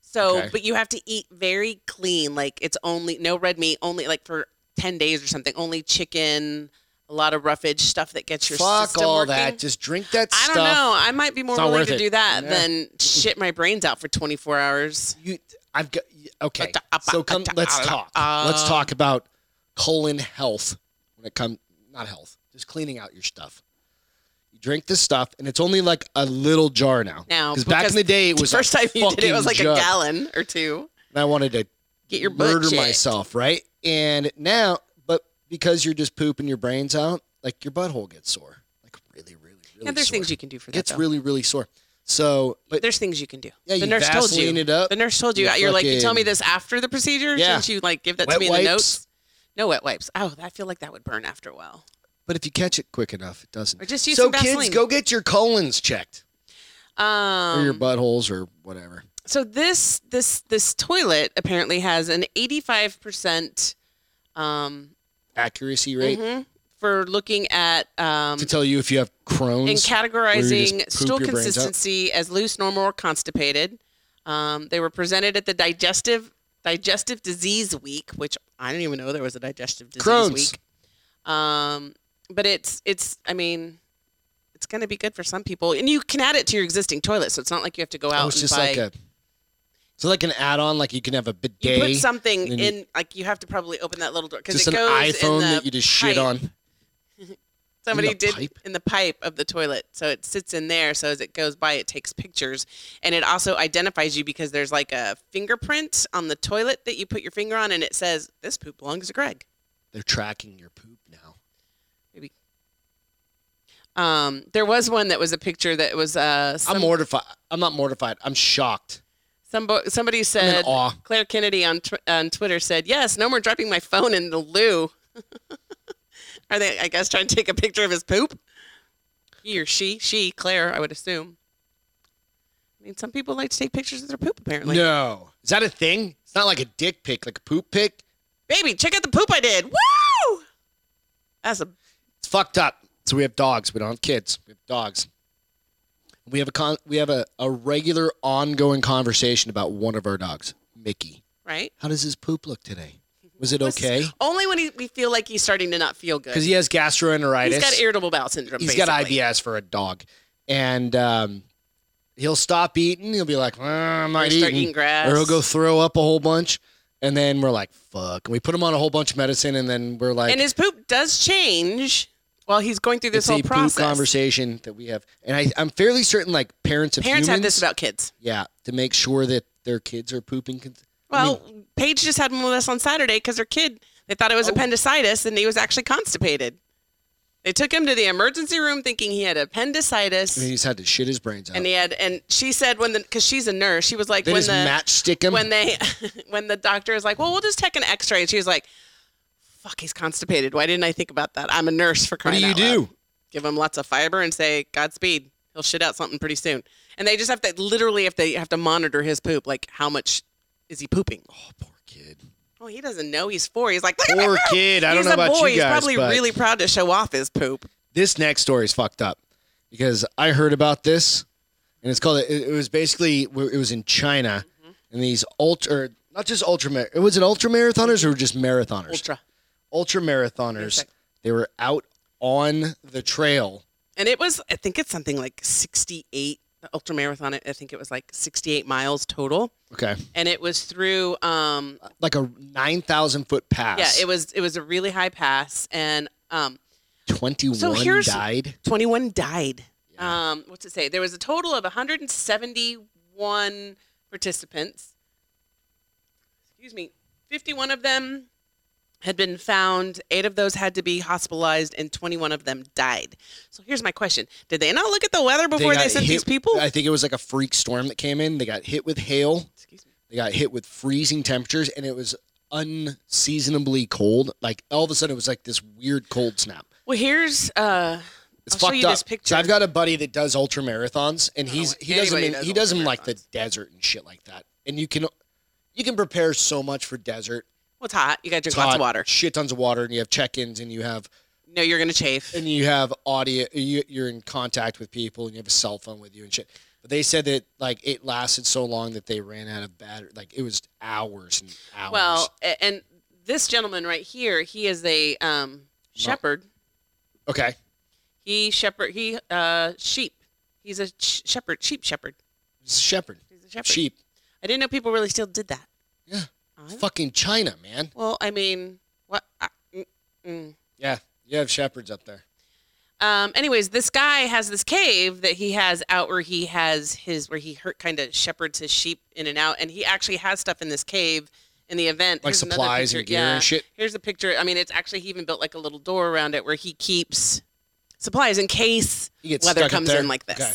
B: So
A: Okay.
B: but you have to eat very clean, like it's only no red meat, only like for ten days or something, only chicken, a lot of roughage, stuff that gets your
A: Fuck
B: system
A: all
B: working.
A: that. Just drink that
B: I
A: stuff.
B: don't know. I might be more
A: It's not
B: willing
A: worth
B: to
A: it.
B: do that
A: Yeah.
B: than shit my brains out for 24 hours.
A: You, I've got. Okay.
B: uh,
A: So come. Let's talk. Let's talk about colon health when it comes. Not health. Just cleaning out your stuff. You drink this stuff, and it's only like a little jar now.
B: Now,
A: because back in the day, it was a
B: first time you did it, it was like
A: fucking jug.
B: a gallon or two.
A: And I wanted to
B: Get your butt
A: murder
B: checked.
A: myself, right? And now, but because you're just pooping your brains out, like your butthole gets sore, like really, really, really.
B: and there's
A: sore.
B: things you can do for that.
A: It's
B: though.
A: really, really sore. So, but
B: there's things you can do.
A: yeah,
B: the
A: you
B: nurse told
A: Vaseline
B: you.
A: it up.
B: The nurse told you.
A: You
B: You're like, you tell me
A: fucking-
B: this after the procedure.
A: Yeah.
B: Shouldn't you like give that to
A: Wet
B: me in
A: wipes.
B: the notes? No wet wipes. Oh, I feel like that would burn after a while.
A: But if you catch it quick enough, it doesn't.
B: Or just use
A: so
B: some
A: kids,
B: Vaseline.
A: go get your colons checked
B: Um,
A: or your buttholes or whatever.
B: so this this this toilet apparently has an 85 percent um,
A: Accuracy rate
B: mhm, for looking at um,
A: to tell you if you have
B: in
A: Crohn's.
B: categorizing
A: poop
B: stool
A: your brains out?
B: consistency as loose, normal, or constipated. Um, they were presented at the digestive digestive disease week, which I didn't even know there was a digestive disease
A: Crohn's.
B: week. Um, but it's it's I mean, it's going to be good for some people, and you can add it to your existing toilet, so it's not like you have to go out
A: oh, it's
B: and
A: just
B: buy.
A: like a. So like an add-on, like you can have a bidet,
B: you put something
A: and then you-
B: in, like you have to probably open that little door because
A: just
B: it
A: an
B: goes
A: iPhone
B: in the
A: that you just shit
B: pipe.
A: on.
B: Somebody
A: the
B: did
A: pipe?
B: in the pipe of the toilet, so it sits in there. So as it goes by, it takes pictures, and it also identifies you because there's like a fingerprint on the toilet that you put your finger on, and it says this poop belongs to Greg.
A: They're tracking your poop now.
B: Um, there was one that was a picture that was uh, some,
A: I'm mortified. I'm not mortified. I'm shocked.
B: somebo- somebody
A: I'm in
B: said
A: awe.
B: Claire Kennedy on tw- on Twitter said yes, no more dropping my phone in the loo. Are they? I guess trying to take a picture of his poop. He or she, she Claire, I would assume. I mean, some people like to take pictures of their poop. Apparently,
A: no, is that a thing? It's not like a dick pic, like a poop pic.
B: baby, check out the poop I did. Woo! That's a
A: It's fucked up. So we have dogs. We don't have kids. We have dogs. We have a con- we have a, a regular ongoing conversation about one of our dogs, Mickey.
B: right.
A: How does his poop look today? Was it
B: Was-
A: okay?
B: Only when he, we feel like he's starting to not feel good.
A: Because he has gastroenteritis.
B: he's got irritable bowel syndrome.
A: He's got
B: basically.
A: IBS for a dog, and um, he'll stop eating. He'll be like, "Mm, "I'm
B: Or
A: not
B: start
A: eating,"
B: eating grass.
A: or he'll go throw up a whole bunch. And then we're like, "Fuck!" And we put him on a whole bunch of medicine, and then we're like,
B: and his poop does change while he's going through this
A: it's
B: whole
A: a
B: process.
A: poop conversation that we have, and I, I'm fairly certain like parents of
B: Parents
A: humans,
B: have this about kids.
A: yeah, to make sure that their kids are pooping. Con- I mean,
B: Well, Paige just had one with us on Saturday because her kid, they thought it
A: Oh.
B: was appendicitis and he was actually constipated. They took him to the emergency room thinking he had appendicitis.
A: I mean, he's had to shit his brains out.
B: and he had, and she said when the, because she's a nurse, she was like,
A: they
B: when
A: just
B: the,
A: matchstick him.
B: when they, when the doctor is like, well, we'll just take an x ray. And she was like, fuck, he's constipated. Why didn't I think about that? I'm a nurse for
A: what do
B: crying
A: you
B: out loud."
A: do?
B: give him lots of fiber and say godspeed he'll shit out something pretty soon and they just have to literally if they have to monitor his poop like how much is he pooping
A: Oh, poor kid.
B: oh he doesn't know he's four he's like look at my
A: Poor
B: poop."
A: kid. I
B: he's
A: don't know
B: a
A: about
B: boy
A: you
B: he's
A: guys,
B: probably
A: but
B: really proud to show off his poop
A: this next story is fucked up because I heard about this, and it's called. It, it was basically it was in China,
B: Mm-hmm.
A: and these ultra, or not just ultra. mar- Was it ultra marathoners or just marathoners?
B: ultra
A: Ultra
B: Wait a
A: marathoners.
B: sec.
A: They were out on the trail
B: and it was I think it's something like 68 the ultra marathon. I think it was like 68 miles total,
A: Okay.
B: and it was through um,
A: Like a 9,000 foot pass.
B: yeah, it was it was a really high pass, and um,
A: 21
B: So here's-
A: died.
B: 21 died.
A: Yeah.
B: Um, what's it say? There was a total of 171 participants. Excuse me. 51 of them had been found. Eight of those had to be hospitalized, and 21 of them died. So here's my question: Did they not look at the weather before they,
A: got
B: sent
A: hit-
B: these people?
A: I think it was like a freak storm that came in. They got hit with hail.
B: Excuse me.
A: They got hit with freezing temperatures, and it was unseasonably cold. Like all of a sudden, it was like this weird cold snap.
B: Well, here's uh,
A: It's
B: I'll show
A: fucked
B: you
A: up.
B: this picture.
A: So I've got a buddy that does ultra marathons, and
B: I don't know
A: he's
B: why
A: he does them
B: anybody
A: in,
B: does
A: he does them like the
B: ultramarathons.
A: desert and shit like that. And you can you can prepare so much for desert.
B: well, it's hot. You got to drink lots
A: Hot,
B: of water.
A: shit tons of water, and you have check-ins, and you have
B: No, you're gonna chafe.
A: and you have audio you, you're in contact with people and you have a cell phone with you and shit but they said that like it lasted so long that they ran out of battery like it was hours and hours
B: Well, a- and this gentleman right here, he is a um, shepherd.
A: okay
B: He shepherd. He uh sheep. He's a sh- shepherd. Sheep shepherd.
A: it's shepherd
B: He's a shepherd.
A: sheep
B: I didn't know people really still did that.
A: Yeah.
B: Uh,
A: fucking china man
B: well, I mean, what? I, mm, mm.
A: yeah you have shepherds up there
B: Um. Anyways, this guy has this cave that he has out where he has his where he hurt kind of shepherds his sheep in and out, and he actually has stuff in this cave. In the event,
A: like
B: Here's another
A: supplies
B: picture.
A: and gear
B: Yeah.
A: and shit
B: Here's a picture. I mean, it's actually he even built like a little door around it where he keeps supplies in case
A: you get
B: weather
A: stuck up
B: comes
A: there.
B: in like this.
A: okay.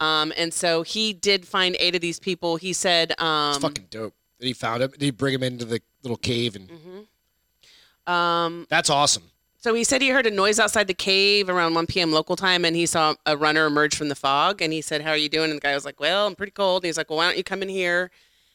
B: Um, and so he did find eight of these people. He said,
A: it's
B: um,
A: fucking dope that he found him did he bring him into the little cave and
B: mhm. um,
A: that's awesome
B: so he said he heard a noise outside the cave around 1 p.m. local time, and he saw a runner emerge from the fog. And he said, "How are you doing?" And the guy was like, "Well, I'm pretty cold." And he's like, "Well, why don't you come in here?"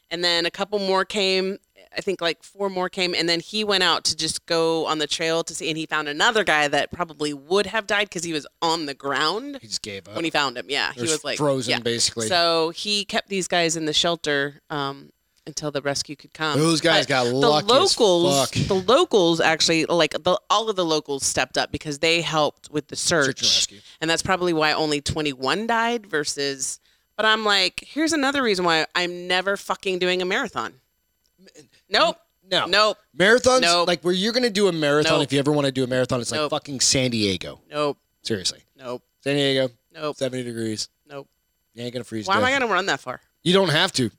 B: And then a couple more came. I think like four more came, and then he went out to just go on the trail to see. And he found another guy that probably would have died because he was on the ground
A: he just gave up
B: when he found him. Yeah, he
A: There's
B: was like
A: frozen
B: yeah.
A: basically
B: So he kept these guys in the shelter um, until the rescue could come.
A: those guys
B: But
A: got
B: the
A: lucky as
B: locals,
A: fuck.
B: the locals actually like the, all of the locals stepped up because they helped with the
A: Search
B: search,
A: and rescue.
B: and that's probably why only 21 died versus. But I'm like, here's another reason why I'm never fucking doing a marathon. Nope,
A: No,
B: nope,
A: Marathons,
B: Nope.
A: like where you're going to do a marathon,
B: Nope.
A: if you ever want to do a marathon, it's like
B: Nope.
A: fucking San Diego.
B: nope,
A: Seriously.
B: nope,
A: San Diego,
B: nope,
A: 70 degrees.
B: nope.
A: You ain't going to freeze.
B: Why am
A: to
B: I
A: death.
B: gonna run that far?
A: You don't have to.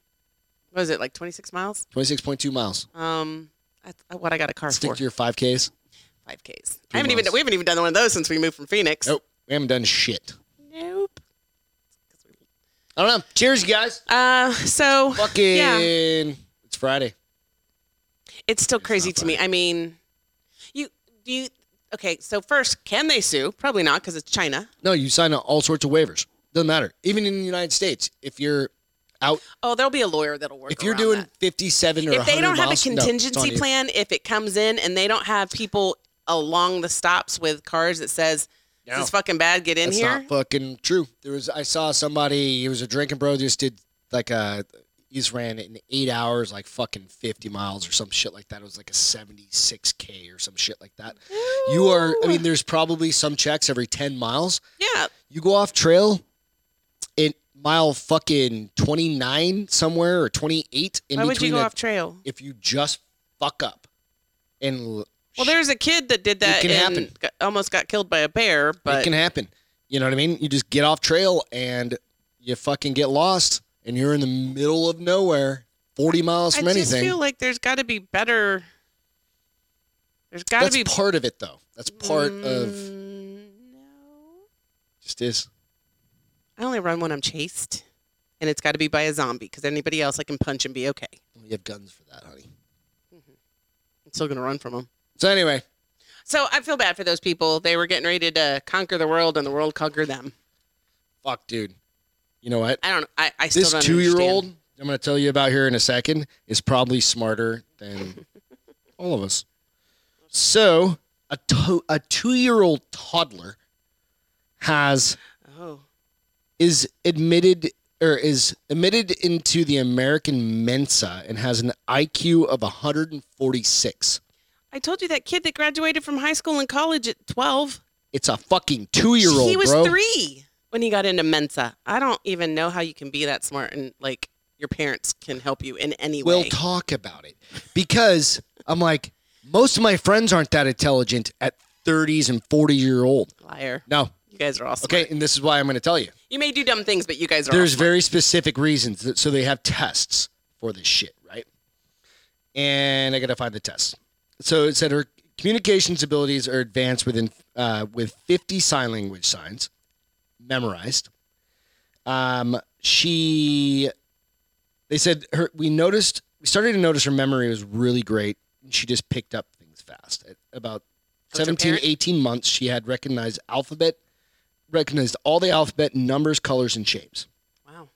B: What is it like 26 miles?
A: 26.2 miles.
B: Um, that's what I got a car
A: Stick
B: for.
A: to your 5Ks.
B: five Ks.
A: Three
B: I haven't even
A: miles.
B: we haven't even done one of those since we moved from Phoenix.
A: Nope. We haven't done shit.
B: Nope.
A: I don't know. Cheers, you guys.
B: Uh, so
A: Fucking.
B: Yeah.
A: It's Friday.
B: it's still crazy
A: not
B: to
A: fun.
B: me. I mean, you do you okay? So first, can they sue? Probably not because it's China.
A: No, you sign all sorts of waivers. Doesn't matter. Even in the United States, if you're out,
B: Oh, there'll be a lawyer that'll work.
A: if you're
B: around
A: doing
B: that.
A: 57 or
B: if they
A: 100
B: don't have
A: miles,
B: a
A: no, it's on
B: contingency
A: you.
B: plan, if it comes in and they don't have people along the stops with cars that says
A: No.
B: this is fucking bad, get in
A: That's
B: here.
A: not fucking true. There was I saw somebody. He was a drinking bro. Just did like a. He just ran in eight hours, like fucking fifty miles or some shit like that. It was like a seventy-six k or some shit like that. You are. I mean, there's probably some checks every ten miles.
B: yeah,
A: You go off trail, in mile fucking twenty-nine somewhere or twenty-eight. In between
B: why would you go
A: the-
B: off trail?
A: If you just fuck up, and l-
B: Well, there's a kid that did that
A: can
B: and
A: happen.
B: got- almost got killed by a bear, but
A: it can happen. You know what I mean? You just get off trail and you fucking get lost, and you're in the middle of nowhere, forty miles from
B: I
A: anything.
B: just feel like there's got to be better. There's got to
A: That's
B: be
A: part of it, though. That's part of
B: Mm, No,
A: just is.
B: I only run when I'm chased, and it's got to be by a zombie because anybody else I can punch and be okay.
A: You have guns for that, honey.
B: I'm still gonna run from them.
A: So anyway,
B: So I feel bad for those people. They were getting ready to conquer the world, and the world conquered them.
A: fuck, dude. You know what?
B: I don't. I, I still
A: This
B: don't
A: two-year-old
B: understand.
A: I'm going to tell you about here in a second is probably smarter than all of us. So a to- a two-year-old toddler has
B: Oh,
A: is admitted or is admitted into the American Mensa and has an IQ of 146.
B: I told you that kid that graduated from high school and college at 12.
A: It's a fucking two year old.
B: He was
A: bro.
B: three when he got into Mensa. I don't even know how you can be that smart and like your parents can help you in any
A: We'll
B: way.
A: talk about it because I'm like most of my friends aren't that intelligent at 30s and 40 year old.
B: Liar.
A: No,
B: You guys are all smart.
A: okay, and this is why I'm going to tell you.
B: You may do dumb things, but you guys are
A: There's
B: all smart.
A: very specific reasons. That, so they have tests for this shit, right? And I got to find the test. So it said her communications abilities are advanced within uh, with 50 sign language signs memorized. Um, she, they said her. We noticed we started to notice her memory was really great. She just picked up things fast. At about
B: Was her
A: 17,
B: parent-
A: 18 months, she had recognized alphabet, recognized all the alphabet, numbers, colors, and shapes.
B: Wow.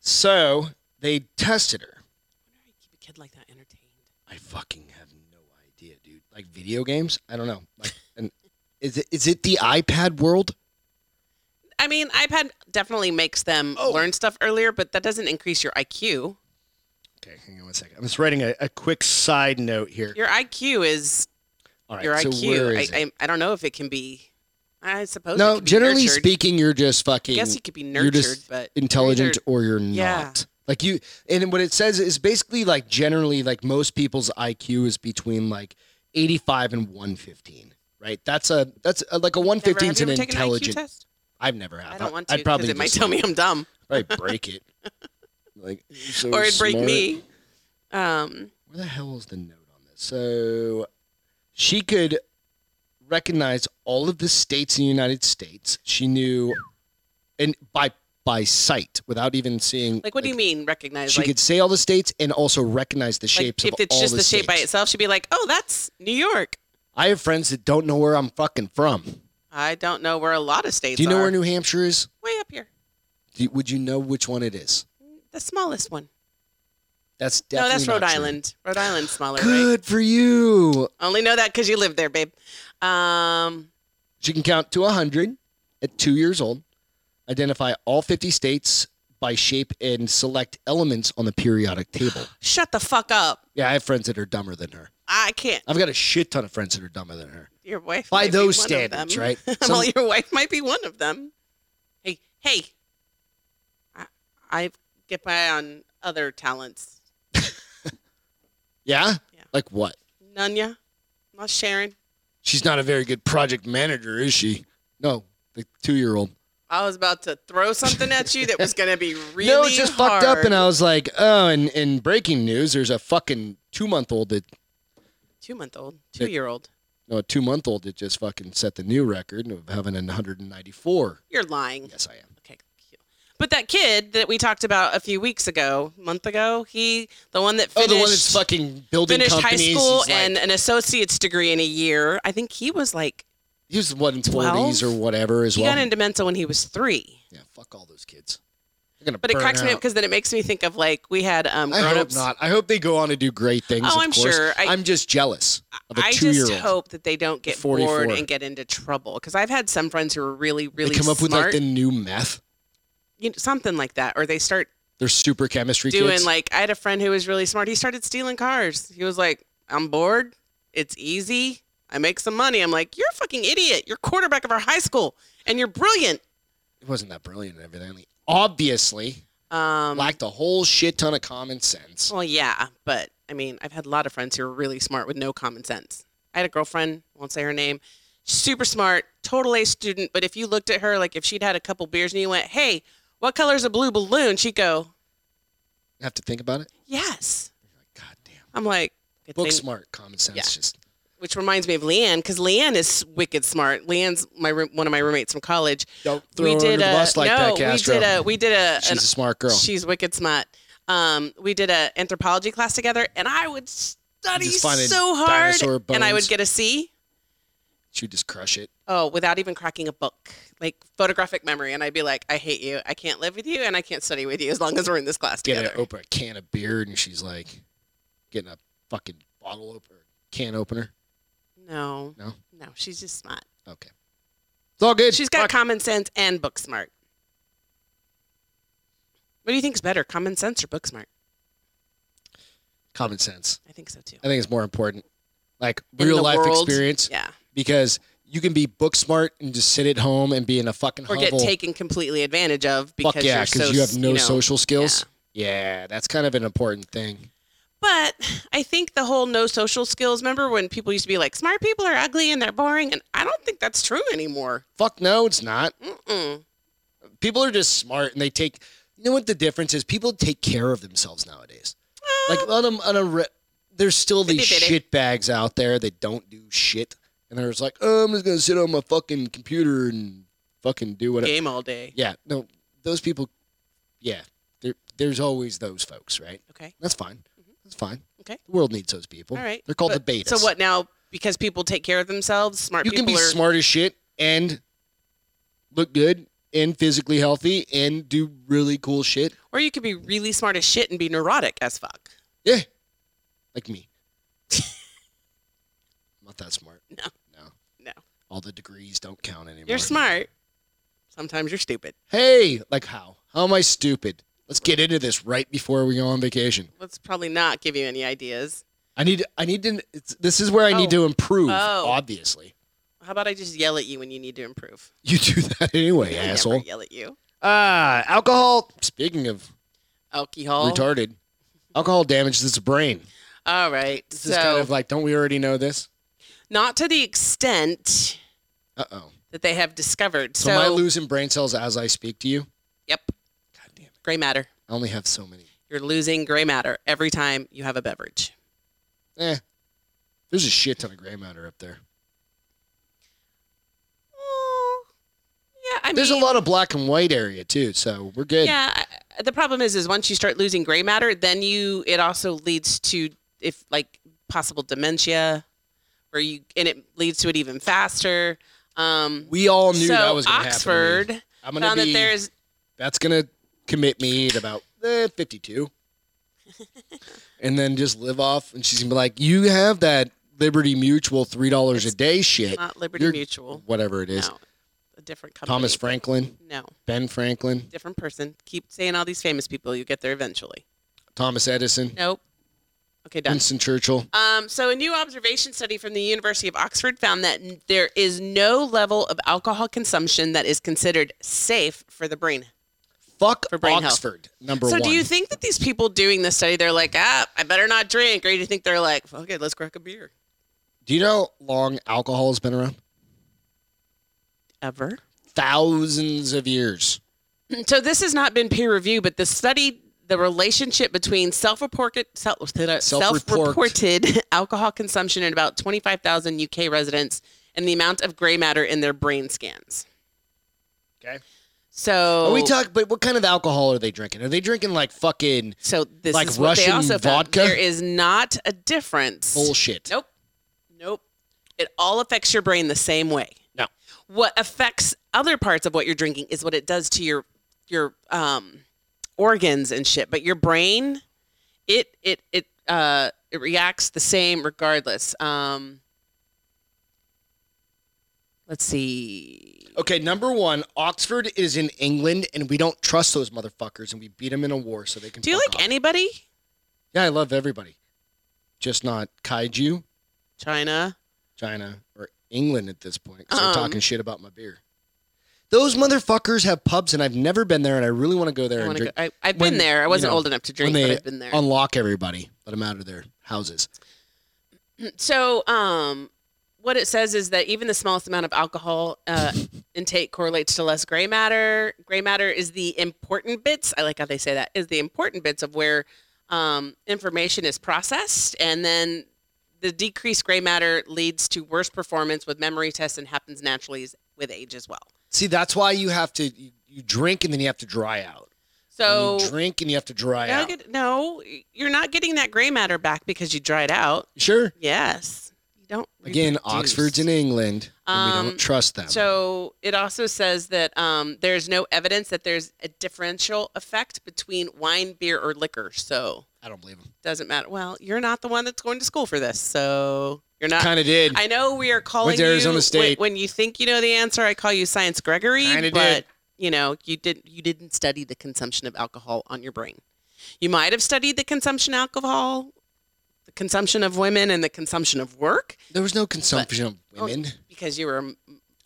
A: So they tested her.
B: Why do you keep a kid like that entertained?
A: I fucking have no idea, dude. Like video games? I don't know. Like, an, is it is it the iPad world?
B: I mean, iPad definitely makes them
A: Oh.
B: learn stuff earlier, but that doesn't increase your IQ.
A: Okay, hang on one second. I'm just writing a, a quick side note here.
B: Your IQ is
A: All right,
B: your
A: so where is
B: IQ. I,
A: it?
B: I, I don't know if it can be. I suppose. it
A: no,
B: could be
A: generally
B: nurtured.
A: speaking, you're just
B: I
A: fucking
B: guess you could be
A: you're
B: nurtured,
A: just
B: but
A: intelligent
B: either-
A: or you're not.
B: Yeah.
A: Like you, and what it says is basically like generally like most people's IQ is between like 85 and 115. Right? That's a that's a, like a
B: Never-
A: 115
B: have
A: is
B: you
A: an
B: ever taken an IQ
A: intelligent.
B: test?
A: I've never had.
B: I don't want to
A: I'd
B: because
A: probably
B: it might
A: just-
B: tell me I'm dumb
A: probably break it. Like so
B: or it'd break
A: smart.
B: me. Um,
A: Where the hell is the note on this? So she could recognize all of the states in the United States. She knew, and by by sight, without even seeing.
B: like, what do you mean recognize?
A: She
B: like,
A: could say all the states and also recognize the
B: like,
A: shapes
B: if
A: of
B: it's
A: all
B: just
A: the,
B: the, shape by
A: states.
B: itself, she'd be like, "Oh, that's New York."
A: I have friends that don't know where I'm fucking from.
B: I don't know where a lot of states.
A: Do you know
B: are.
A: where New Hampshire is?
B: Way up here,
A: Do you- would you know which one it is?
B: the smallest one.
A: That's
B: no,
A: definitely
B: that's Rhode
A: not true.
B: Island. Rhode Island's smaller. Right?
A: Good for you.
B: Only know that because you live there, babe. Um,
A: She can count to 100 at two years old, identify all 50 states by shape, and select elements on the periodic table.
B: shut the fuck up.
A: Yeah, I have friends that are dumber than her.
B: I can't.
A: I've got a shit ton of friends that are dumber than her.
B: Your wife.
A: By
B: might be
A: those
B: one of them.
A: standards, right?
B: well,
A: Some-
B: your wife might be one of them. Hey, hey. I, I get by on other talents.
A: Yeah?
B: Yeah.
A: Like what?
B: Nanya, not sharing.
A: She's not a very good project manager, is she? No, the two year old.
B: I was about to throw something at you that was going to be really
A: no, it's just
B: hard.
A: fucked up. And I was like, oh, and in breaking news, there's a fucking two month old that,
B: two month old, two year old.
A: no, a two month old that just fucking set the new record of having 194.
B: You're lying.
A: Yes, I am.
B: Okay. cute. But that kid that we talked about a few weeks ago, month ago, he the one that
A: Oh,
B: finished
A: the one that's fucking building
B: finished high
A: companies.
B: school
A: He's like-
B: and an associate's degree in a year. I think he was like
A: he was what in forties or
B: 12?
A: whatever as
B: he
A: well.
B: got into Mensa when he was three.
A: yeah, fuck all those kids. They're gonna
B: But it
A: burn
B: cracks me up
A: out.
B: because then it makes me think of like we had um
A: I hope
B: grown-ups.
A: not. I hope they go on to do great things.
B: Oh,
A: of
B: I'm
A: course.
B: sure. I-
A: I'm just jealous of a
B: I
A: two-year-old.
B: just hope that they don't get
A: 44.
B: bored and get into trouble because I've had some friends who are really,
A: they
B: really
A: come up
B: smart,
A: with like the new meth.
B: you know, something like that, or they start
A: They're super chemistry
B: doing
A: kids.
B: like I had a friend who was really smart. He started stealing cars. He was like, "I'm bored. It's easy. I make some money." I'm like, "You're a fucking idiot. You're quarterback of our high school, and you're brilliant."
A: it wasn't that brilliant and everything. Obviously,
B: Um,
A: lacked a whole shit ton of common sense.
B: Well, yeah, but I mean, I've had a lot of friends who are really smart with no common sense. I had a girlfriend, won't say her name, super smart, total A student. But if you looked at her, like if she'd had a couple beers and you went, "Hey, what color's a blue balloon?" She'd go,
A: have to think about it.
B: "Yes."
A: You're like, God damn.
B: I'm like, good
A: Book
B: thing-
A: smart, common sense.
B: Yeah.
A: Just
B: which reminds me of Leanne because Leanne is wicked smart. Leanne's my room, one of my roommates from college.
A: don't throw her under the
B: a-
A: bus like
B: no,
A: that, Castro.
B: we did a we did a
A: She's
B: an-
A: a smart girl.
B: she's wicked smart. Um, we did a anthropology class together, and I would study
A: Just finding
B: so hard,
A: dinosaur
B: and I
A: bones.
B: would get a C.
A: She'd just crush it.
B: Oh, without even cracking a book, like photographic memory, and I'd be like, I hate you, I can't live with you, and I can't study with you as long as we're in this class
A: Get Oh.
B: together.
A: her to open a can of beer, and she's like getting a fucking bottle opener, can opener.
B: No,
A: No?
B: no, she's just smart.
A: Okay, it's all good.
B: She's got
A: Fuck.
B: common sense and book smart. What do you think's better, common sense or book smart?
A: common sense.
B: I think so too.
A: I think it's more important, like
B: In
A: real
B: the
A: life
B: world,
A: experience,
B: Yeah.
A: because you can be book smart and just sit at home and be in a fucking
B: or get
A: hovel.
B: taken completely advantage of because
A: Fuck yeah,
B: you're so,
A: because you have no
B: know.
A: social skills. Yeah. that's kind of an important thing.
B: But I think the whole no social skills. Remember when people used to be like, smart people are ugly and they're boring, and I don't think that's true anymore.
A: Fuck no, it's not.
B: Mm-mm. Mm.
A: People are just smart and they take. You know what the difference is? People take care of themselves nowadays.
B: Ah,
A: Like on a, on a re- there's still these shit bags out there that don't do shit, and they're just like, oh, I'm just gonna sit on my fucking computer and fucking do whatever.
B: Game all day.
A: Yeah, no, those people. Yeah, there, there's always those folks, right?
B: Okay.
A: That's fine. That's fine.
B: Mm-hmm. Okay.
A: The world needs those people.
B: All right.
A: They're called
B: But-
A: the betas.
B: So what now? Because people take care of themselves, smart
A: You
B: people
A: can be
B: are.
A: smart as shit and look good and physically healthy and do really cool shit.
B: Or you could be really smart as shit and be neurotic as fuck.
A: Yeah. Like me. Not that smart.
B: No.
A: No.
B: No.
A: All the degrees don't count anymore.
B: You're smart. Sometimes you're stupid.
A: Hey, like how? How am I stupid? Let's get into this right before we go on vacation.
B: Let's probably not give you any ideas.
A: I need I need to it's, this is where I need
B: Oh.
A: to improve,
B: Oh.
A: obviously.
B: How about I just yell at you when you need to improve?
A: You do that anyway,
B: I never
A: asshole.
B: yell at you.
A: Ah, alcohol. Speaking of
B: Alcohol.
A: retarded, alcohol damages the brain.
B: All right.
A: This
B: So
A: is kind of like, don't we already know this?
B: not to the extent
A: Uh oh.
B: that they have discovered.
A: So,
B: So,
A: am I losing brain cells as I speak to you?
B: yep,
A: God damn it.
B: gray matter.
A: I only have so many.
B: You're losing gray matter every time you have a beverage.
A: Eh. There's a shit ton of gray matter up there.
B: yeah, I mean,
A: There's a lot of black and white area too, so we're good.
B: Yeah, I- the problem is, is once you start losing gray matter, then you it also leads to if like possible dementia, where you and it leads to it even faster. Um,
A: We all knew
B: so
A: that was going to happen. to
B: Oxford
A: me. I'm gonna
B: found
A: be,
B: that there's
A: that's going to commit me at about eh, 52. and then just live off. And she's going to be like, you have that Liberty Mutual $3 a day shit.
B: not Liberty
A: You're-
B: Mutual.
A: Whatever it is.
B: No, a different company.
A: Thomas Franklin,
B: No,
A: Ben Franklin,
B: different person. Keep saying all these famous people. You get there eventually.
A: Thomas Edison,
B: Nope. Okay, done.
A: Winston Churchill.
B: Um, so, a new observation study from the University of Oxford found that n- there is no level of alcohol consumption that is considered safe for the brain.
A: Fuck
B: For brain health.
A: Oxford, number
B: so,
A: one.
B: do you think that these people doing this study, they're like, ah, I better not drink? Or do you think they're like, fuck it, let's crack a beer?
A: Do you know how long alcohol has been around?
B: Ever?
A: Thousands of years.
B: So, this has not been peer reviewed, but the study, the relationship between self reported self-reported alcohol consumption in about 25,000 UK residents and the amount of gray matter in their brain scans.
A: Okay.
B: So
A: Are
B: Oh.
A: we talk, but what kind of alcohol are they drinking? Are they drinking like fucking
B: So this
A: Like
B: is what they
A: Russian
B: also found.
A: vodka?
B: There is not a difference.
A: bullshit?
B: Nope. Nope. It all affects your brain the same way.
A: No.
B: What affects other parts of what you're drinking is what it does to your your um organs and shit, but your brain it it it uh it reacts the same regardless. Um Let's see.
A: Okay, number one, Oxford is in England, and we don't trust those motherfuckers, and we beat them in a war, so they can.
B: Do you
A: fuck
B: like
A: off.
B: anybody?
A: Yeah, I love everybody, just not kaiju,
B: China.
A: China, or England at this point. 'cause
B: Um.
A: they're talking shit about my beer. Those motherfuckers have pubs, and I've never been there, and I really want to go there
B: I
A: and
B: wanna
A: drink.
B: go- I, I've
A: when-
B: been there. I
A: you
B: wasn't
A: know,
B: old enough to drink,
A: they
B: but I've been there.
A: Unlock everybody, let them out of their houses.
B: So, um, what it says is that even the smallest amount of alcohol uh, intake correlates to less gray matter. Gray matter is the important bits. I like how they say that is the important bits of where um, information is processed, and then the decreased gray matter leads to worse performance with memory tests and happens naturally as- with age as well.
A: See, that's why you have to you, you drink and then you have to dry out.
B: So,
A: you drink and you have to dry
B: no,
A: out.
B: Oh. get- no, you're not getting that gray matter back because you dried out.
A: Sure.
B: Yes, you don't.
A: Again,
B: reproduce.
A: Oxford's in England, and we
B: Um,
A: don't trust them.
B: So it also says that um, there's no evidence that there's a differential effect between wine, beer, or liquor. So
A: I don't believe them.
B: doesn't matter. Well, you're not the one that's going to school for this, so you're not.
A: Kind of did.
B: uh, I know we are calling
A: to Arizona
B: you
A: State.
B: When, when you think you know the answer. I call you Science Gregory,
A: Kinda
B: but
A: did.
B: you know you didn't. You didn't study the consumption of alcohol on your brain. You might have studied the consumption of alcohol, the consumption of women, and the consumption of work.
A: there was no consumption of
B: oh,
A: women.
B: because you were um,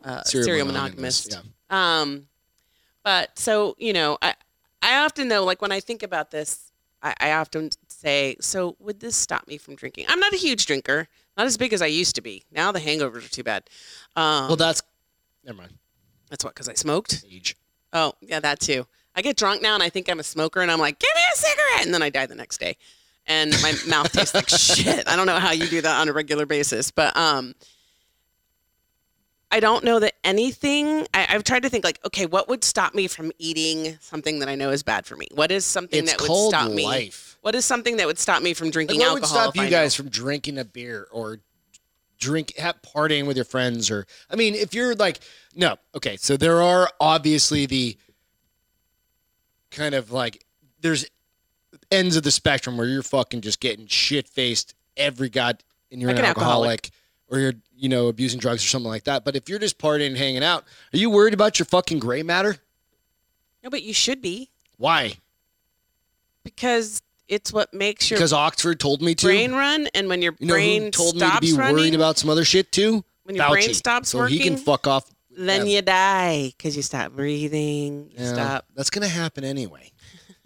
B: uh, serial,
A: Serial
B: monogamist.
A: monogamist,
B: Um, but so you know, I I often though, like when I think about this, I, I often say, so would this stop me from drinking? I'm not a huge drinker, not as big as I used to be. Now the hangovers are too bad. Um,
A: Well, that's never mind.
B: that's what because I smoked.
A: Age.
B: Oh yeah, that too. I get drunk now and I think I'm a smoker and I'm like, give me a cigarette, and then I die the next day, and my mouth tastes like shit. I don't know how you do that on a regular basis, but um, I don't know that anything. I, I've tried to think like, okay, what would stop me from eating something that I know is bad for me? What is something
A: It's
B: that would
A: called
B: stop me?
A: life.
B: What is something that would stop me from
A: Like,
B: drinking
A: what would
B: alcohol?
A: stop
B: if I
A: you
B: know?
A: guys from drinking a beer or drink have partying with your friends or I mean if you're like no okay so there are obviously the kind of like there's ends of the spectrum where you're fucking just getting shit faced every god and you're
B: Like
A: an,
B: an
A: alcoholic,
B: alcoholic.
A: or you're you know abusing drugs or something like that but if you're just partying and hanging out are you worried about your fucking gray matter
B: No, but you should be
A: why
B: because it's what makes your
A: because Oxford told me to
B: brain run, and when your
A: you know
B: brain
A: who told me
B: stops
A: to be
B: running,
A: worried about some other shit too
B: when your brain stops
A: so
B: working,
A: he can fuck off.
B: then
A: Yeah.
B: you die because you stop breathing. You
A: Yeah,
B: stop.
A: That's gonna happen anyway.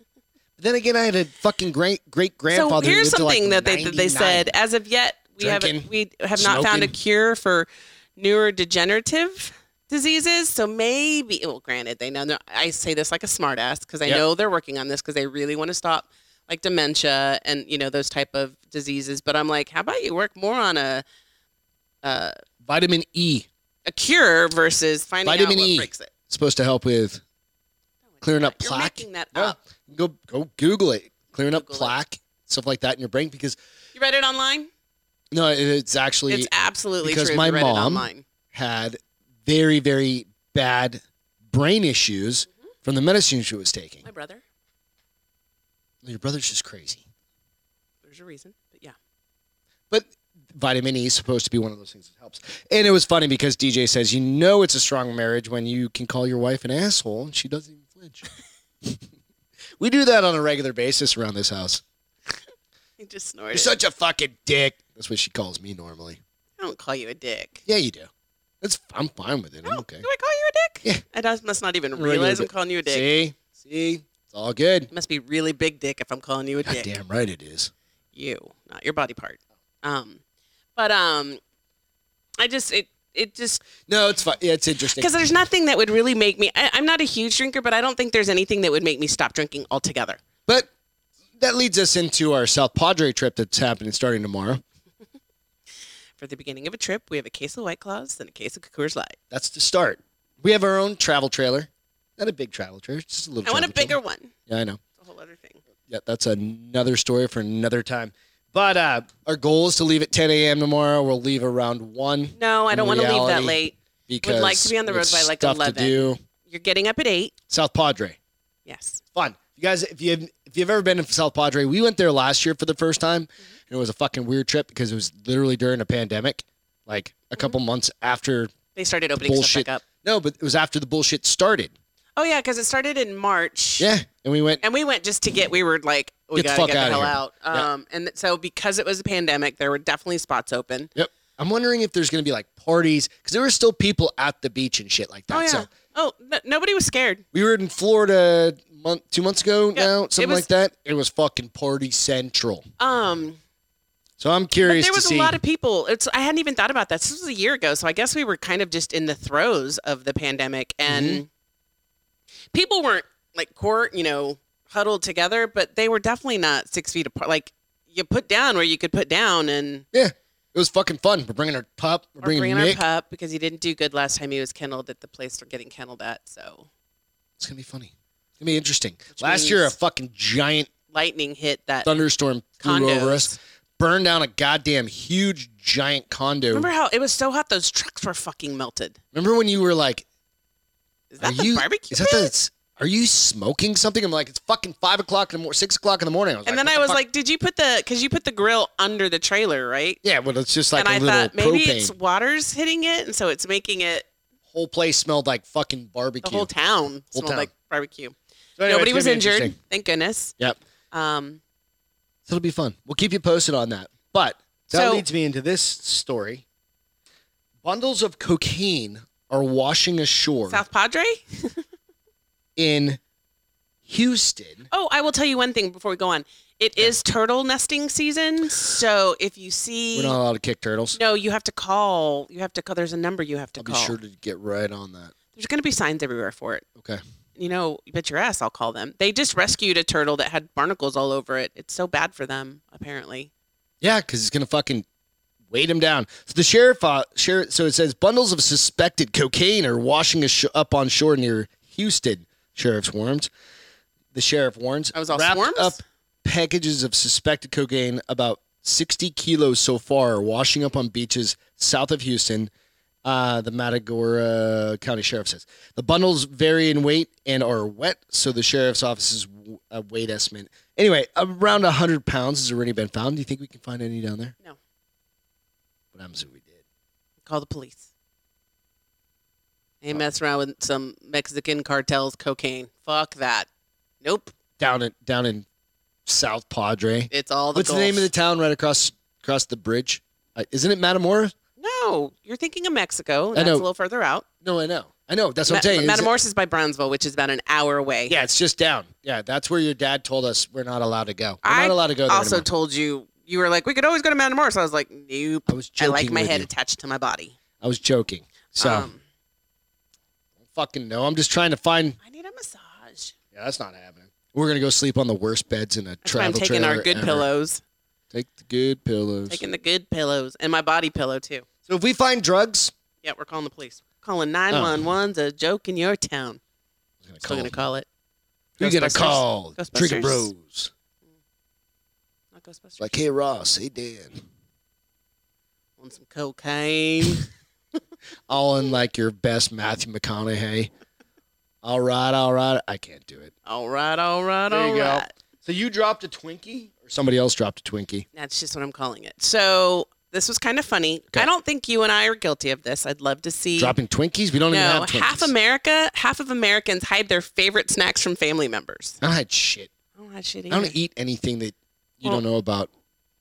A: But then again, I had a fucking great great
B: So
A: grandfather.
B: here's
A: lived to like
B: something that they that
A: 99.
B: they said as of yet we
A: Drinking,
B: have we have not found a
A: smoking.
B: cure for neurodegenerative diseases. So maybe well, granted they know. I say this like a smartass because I
A: Yep.
B: know they're working on this because they really want to stop like dementia and you know those type of diseases. But I'm like, how about you work more on a uh,
A: vitamin E
B: a cure versus finding
A: Vitamin
B: out what
A: E.
B: breaks it.
A: is supposed to help with clearing up
B: You're
A: plaque.
B: making that
A: Yeah.
B: up.
A: Go go Google it. Clearing up
B: Google it.
A: plaque stuff like that in your brain because
B: You read it online?
A: no, it- it's actually
B: It's absolutely
A: because
B: true.
A: my
B: if you read
A: mom-
B: it online.
A: had very very bad brain issues
B: Mm-hmm.
A: from the medicine she was taking.
B: My brother.
A: Your brother's just crazy.
B: There's a reason, but yeah.
A: but vitamin E is supposed to be one of those things that helps. And it was funny because DJ says, you know, it's a strong marriage when you can call your wife an asshole and she doesn't even flinch. we do that on a regular basis around this house.
B: He just
A: You're
B: snorted.
A: such a fucking dick. That's what she calls me normally.
B: I don't call you a dick.
A: Yeah, you do. It's, I'm fine with it. I'm
B: No,
A: okay.
B: Do I call you a dick?
A: Yeah.
B: I don't- must not even
A: I'm a regular
B: realize I'm
A: dick.
B: calling you a dick.
A: See, see, it's all good.
B: It must be really big dick if I'm calling you a
A: God
B: dick.
A: damn right it is.
B: You, not your body part. Um, but um, I just it it just
A: No, it's fine. It's interesting.
B: because there's nothing that would really make me. I, I'm not a huge drinker, but I don't think there's anything that would make me stop drinking altogether.
A: But that leads us into our South Padre trip that's happening starting tomorrow.
B: For the beginning of a trip, we have a case of White Claws and a case of Coors Light.
A: That's the start. We have our own travel trailer. Not a big travel trailer, it's just a little
B: I want a
A: travel
B: bigger
A: trailer.
B: one. It's
A: Yeah, I know.
B: a whole other thing.
A: Yeah, that's another story for another time. But uh, our goal is to leave at 10 a.m. tomorrow. We'll leave around 1
B: No, I
A: In
B: don't want to leave that
A: reality-
B: late.
A: because
B: like to be on the
A: we have
B: road by, like,
A: stuff to
B: 11.
A: do.
B: You're getting up at eight.
A: South Padre.
B: Yes.
A: Fun. You guys, if you have, if you've ever been to South Padre, we went there last year for the first time,
B: Mm-hmm.
A: and it was a fucking weird trip because it was literally during a pandemic, like a couple months after.
B: They started opening
A: Bullshit.
B: Mm-hmm. stuff back up.
A: No, but it was after the bullshit started.
B: Oh yeah, because it started in March.
A: Yeah, and we went.
B: And we went just to get. We were like,
A: Get
B: we
A: the
B: gotta
A: fuck
B: get the
A: outta
B: hell
A: here.
B: out.
A: Yeah.
B: Um, and th- so because it was a pandemic, there were definitely spots open.
A: Yep. I'm wondering if there's going to be like parties because there were still people at the beach and shit like that.
B: Oh yeah.
A: So
B: Oh, n- nobody was scared.
A: we were in Florida month, two months ago
B: Yeah,
A: now,
B: it
A: something
B: was-
A: like that. It was fucking party central.
B: Um,
A: So I'm
B: but
A: curious
B: there
A: to
B: was
A: see.
B: a lot of people. It's I hadn't even thought about that. This was a year ago, so I guess we were kind of just in the throes of the pandemic, and
A: Mm-hmm.
B: people weren't like court, you know, huddled together, but they were definitely not six feet apart. Like you put down where you could put down, and
A: yeah, it was fucking fun. We're bringing our pup. We're
B: We're bringing,
A: bringing,
B: our
A: Nick.
B: pup because he didn't do good last time he was kenneled at the place we're getting kenneled at. So
A: It's gonna be funny. It's gonna be interesting. Last year, a
B: means-
A: fucking giant
B: lightning hit that.
A: thunderstorm flew
B: Condos.
A: over us, burned down a goddamn huge giant condo.
B: Remember how it was so hot those trucks were fucking melted.
A: Remember when you were like,
B: Is that
A: are
B: the
A: you,
B: barbecue
A: Is that
B: pit?
A: the, it's- are you smoking something? I'm like, it's fucking five o'clock in the morning, six o'clock in the morning. I was
B: and
A: like,
B: then I
A: what
B: was
A: the fuck?
B: like, did you put the because you put the grill under the trailer, right?
A: yeah, well, it's just like
B: and
A: a
B: I
A: little
B: thought maybe
A: propane.
B: it's water's hitting it, and so it's making it
A: whole place smelled like fucking
B: the
A: barbecue.
B: whole town
A: Whole
B: smelled
A: town.
B: like barbecue.
A: So anyway,
B: Nobody
A: it's
B: was
A: gonna be
B: injured,
A: interesting.
B: thank goodness.
A: Yep.
B: Um,
A: So it'll be fun. We'll keep you posted on that. But that
B: So-
A: leads me into this story. Bundles of cocaine are washing ashore
B: South Padre?
A: in Houston.
B: Oh, I will tell you one thing before we go on. It is turtle nesting season, so if you see
A: We're not allowed to kick turtles.
B: no, you have to call. You have to call. There's a number you have to
A: I'll be
B: call.
A: sure to get right on that.
B: There's going to be signs everywhere for it.
A: Okay.
B: You know, you bet your ass I'll call them. They just rescued a turtle that had barnacles all over it. It's so bad for them, apparently.
A: Yeah, because it's gonna fucking weight him down. So the sheriff, uh, sheriff. So it says bundles of suspected cocaine are washing ash- up on shore near Houston. Sheriff's warned. The sheriff warns.
B: I was all
A: wrapped
B: swarms.
A: up packages of suspected cocaine, about 60 kilos so far, are washing up on beaches south of Houston. Uh, the Matagorda County Sheriff says the bundles vary in weight and are wet, so the sheriff's office's w- uh, weight estimate. Anyway, around 100 pounds has already been found. Do you think we can find any down there?
B: No.
A: What happens if we did?
B: Call the police. They mess around with some Mexican cartels cocaine. Fuck that. Nope.
A: Down in down in South Padre.
B: It's all the
A: What's the name of the
B: Gulf.
A: town right across across the bridge? Uh, isn't it Matamora?
B: No, you're thinking of Mexico. and
A: I
B: That's
A: know.
B: a little further out.
A: No, I know. I know. That's what
B: Ma-
A: I'm saying. Is it-
B: Matamoros is by Brownsville, which is about an hour away.
A: Yeah, it's just down. Yeah, that's where your dad told us we're not allowed to go. We're
B: I
A: not allowed to go there.
B: also
A: anymore.
B: told you you were like, we could always go to Matamoros. I was like, nope.
A: I was
B: I
A: joking.
B: like my
A: with
B: head
A: you.
B: attached to my body.
A: I was joking. So
B: Um,
A: fucking no. I'm just trying to find.
B: I need a massage.
A: Yeah, that's not happening. We're gonna go sleep on the worst beds in a
B: That's why
A: travel
B: I'm taking
A: trailer
B: our good
A: ever.
B: pillows,
A: Take the good pillows.
B: taking the good pillows, and my body pillow too.
A: so if we find drugs,
B: Yeah, we're calling the police.
A: Oh.
B: Calling 911's a joke in your town.
A: we're gonna
B: Still
A: call.
B: gonna call it.
A: We're gonna
B: Ghostbusters.
A: call.
B: Ghostbusters.
A: Trigger Bros.
B: Not Ghostbusters.
A: Like hey Ross, hey Dan.
B: Want some cocaine?
A: All in like your best Matthew McConaughey. all right, all right. I can't do it.
B: all right, all right,
A: There
B: all
A: you go.
B: right.
A: So you dropped a Twinkie, or somebody else dropped a Twinkie?
B: That's just what I'm calling it. So this was kind of funny.
A: Okay.
B: I don't think you and I are guilty of this. I'd love to see.
A: Dropping Twinkies? We don't even
B: no,
A: have Twinkies.
B: half America, half of Americans hide their favorite snacks from family members.
A: I had shit.
B: I don't e, hide shit
A: I
B: either.
A: don't eat anything that you
B: Well-
A: don't know about.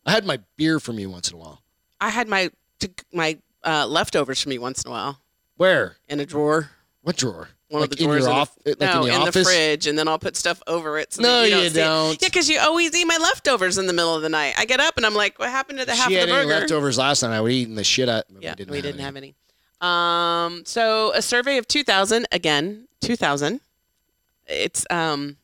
A: I had my beer from you once in a while.
B: I had my to, my uh, leftovers from me once in a while
A: Where?
B: in a drawer.
A: What drawer?
B: One
A: like
B: of the
A: in
B: drawers
A: your
B: in the-
A: off, like
B: no,
A: in the office.
B: fridge, and then I'll put stuff over it. So
A: No,
B: that you don't.
A: you
B: see it.
A: don't.
B: Yeah, because you always eat my leftovers in the middle of the night. I get up and I'm like, "What happened to the
A: If
B: half
A: she
B: of
A: had
B: the
A: any
B: burger?"
A: leftovers last night. I would eat the shit out.
B: yeah,
A: we didn't,
B: we
A: have,
B: didn't
A: any.
B: have any. Um, so a survey of 2,000 again, 2,000. It's um,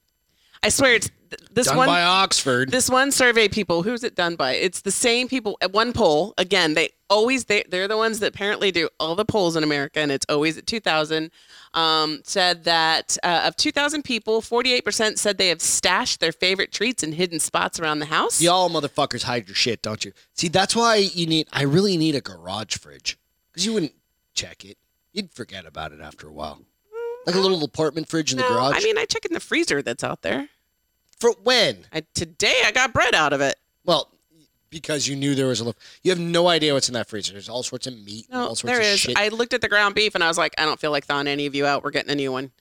B: I swear it's th- this
A: Done
B: one.
A: by Oxford.
B: this one survey people who's it done by it's the same people at one poll again they always they, they're the ones that apparently do all the polls in america and it's always at 2000 um, said that uh, of 2000 people 48% said they have stashed their favorite treats in hidden spots around the house
A: Y'all motherfuckers hide your shit, don't you? See, that's why you need. I really need a garage fridge because you wouldn't check it. You'd forget about it after a while. Like a little apartment fridge in
B: no,
A: the garage.
B: i mean i check in the freezer that's out there
A: For when?
B: I, today i got bread out of it
A: Well, because you knew there was a loaf. You have no idea what's in that freezer. There's all sorts of meat and
B: no
A: all sorts
B: there
A: of
B: is
A: shit.
B: i looked at the ground beef and i was like i don't feel like thawing any of you out we're getting a new one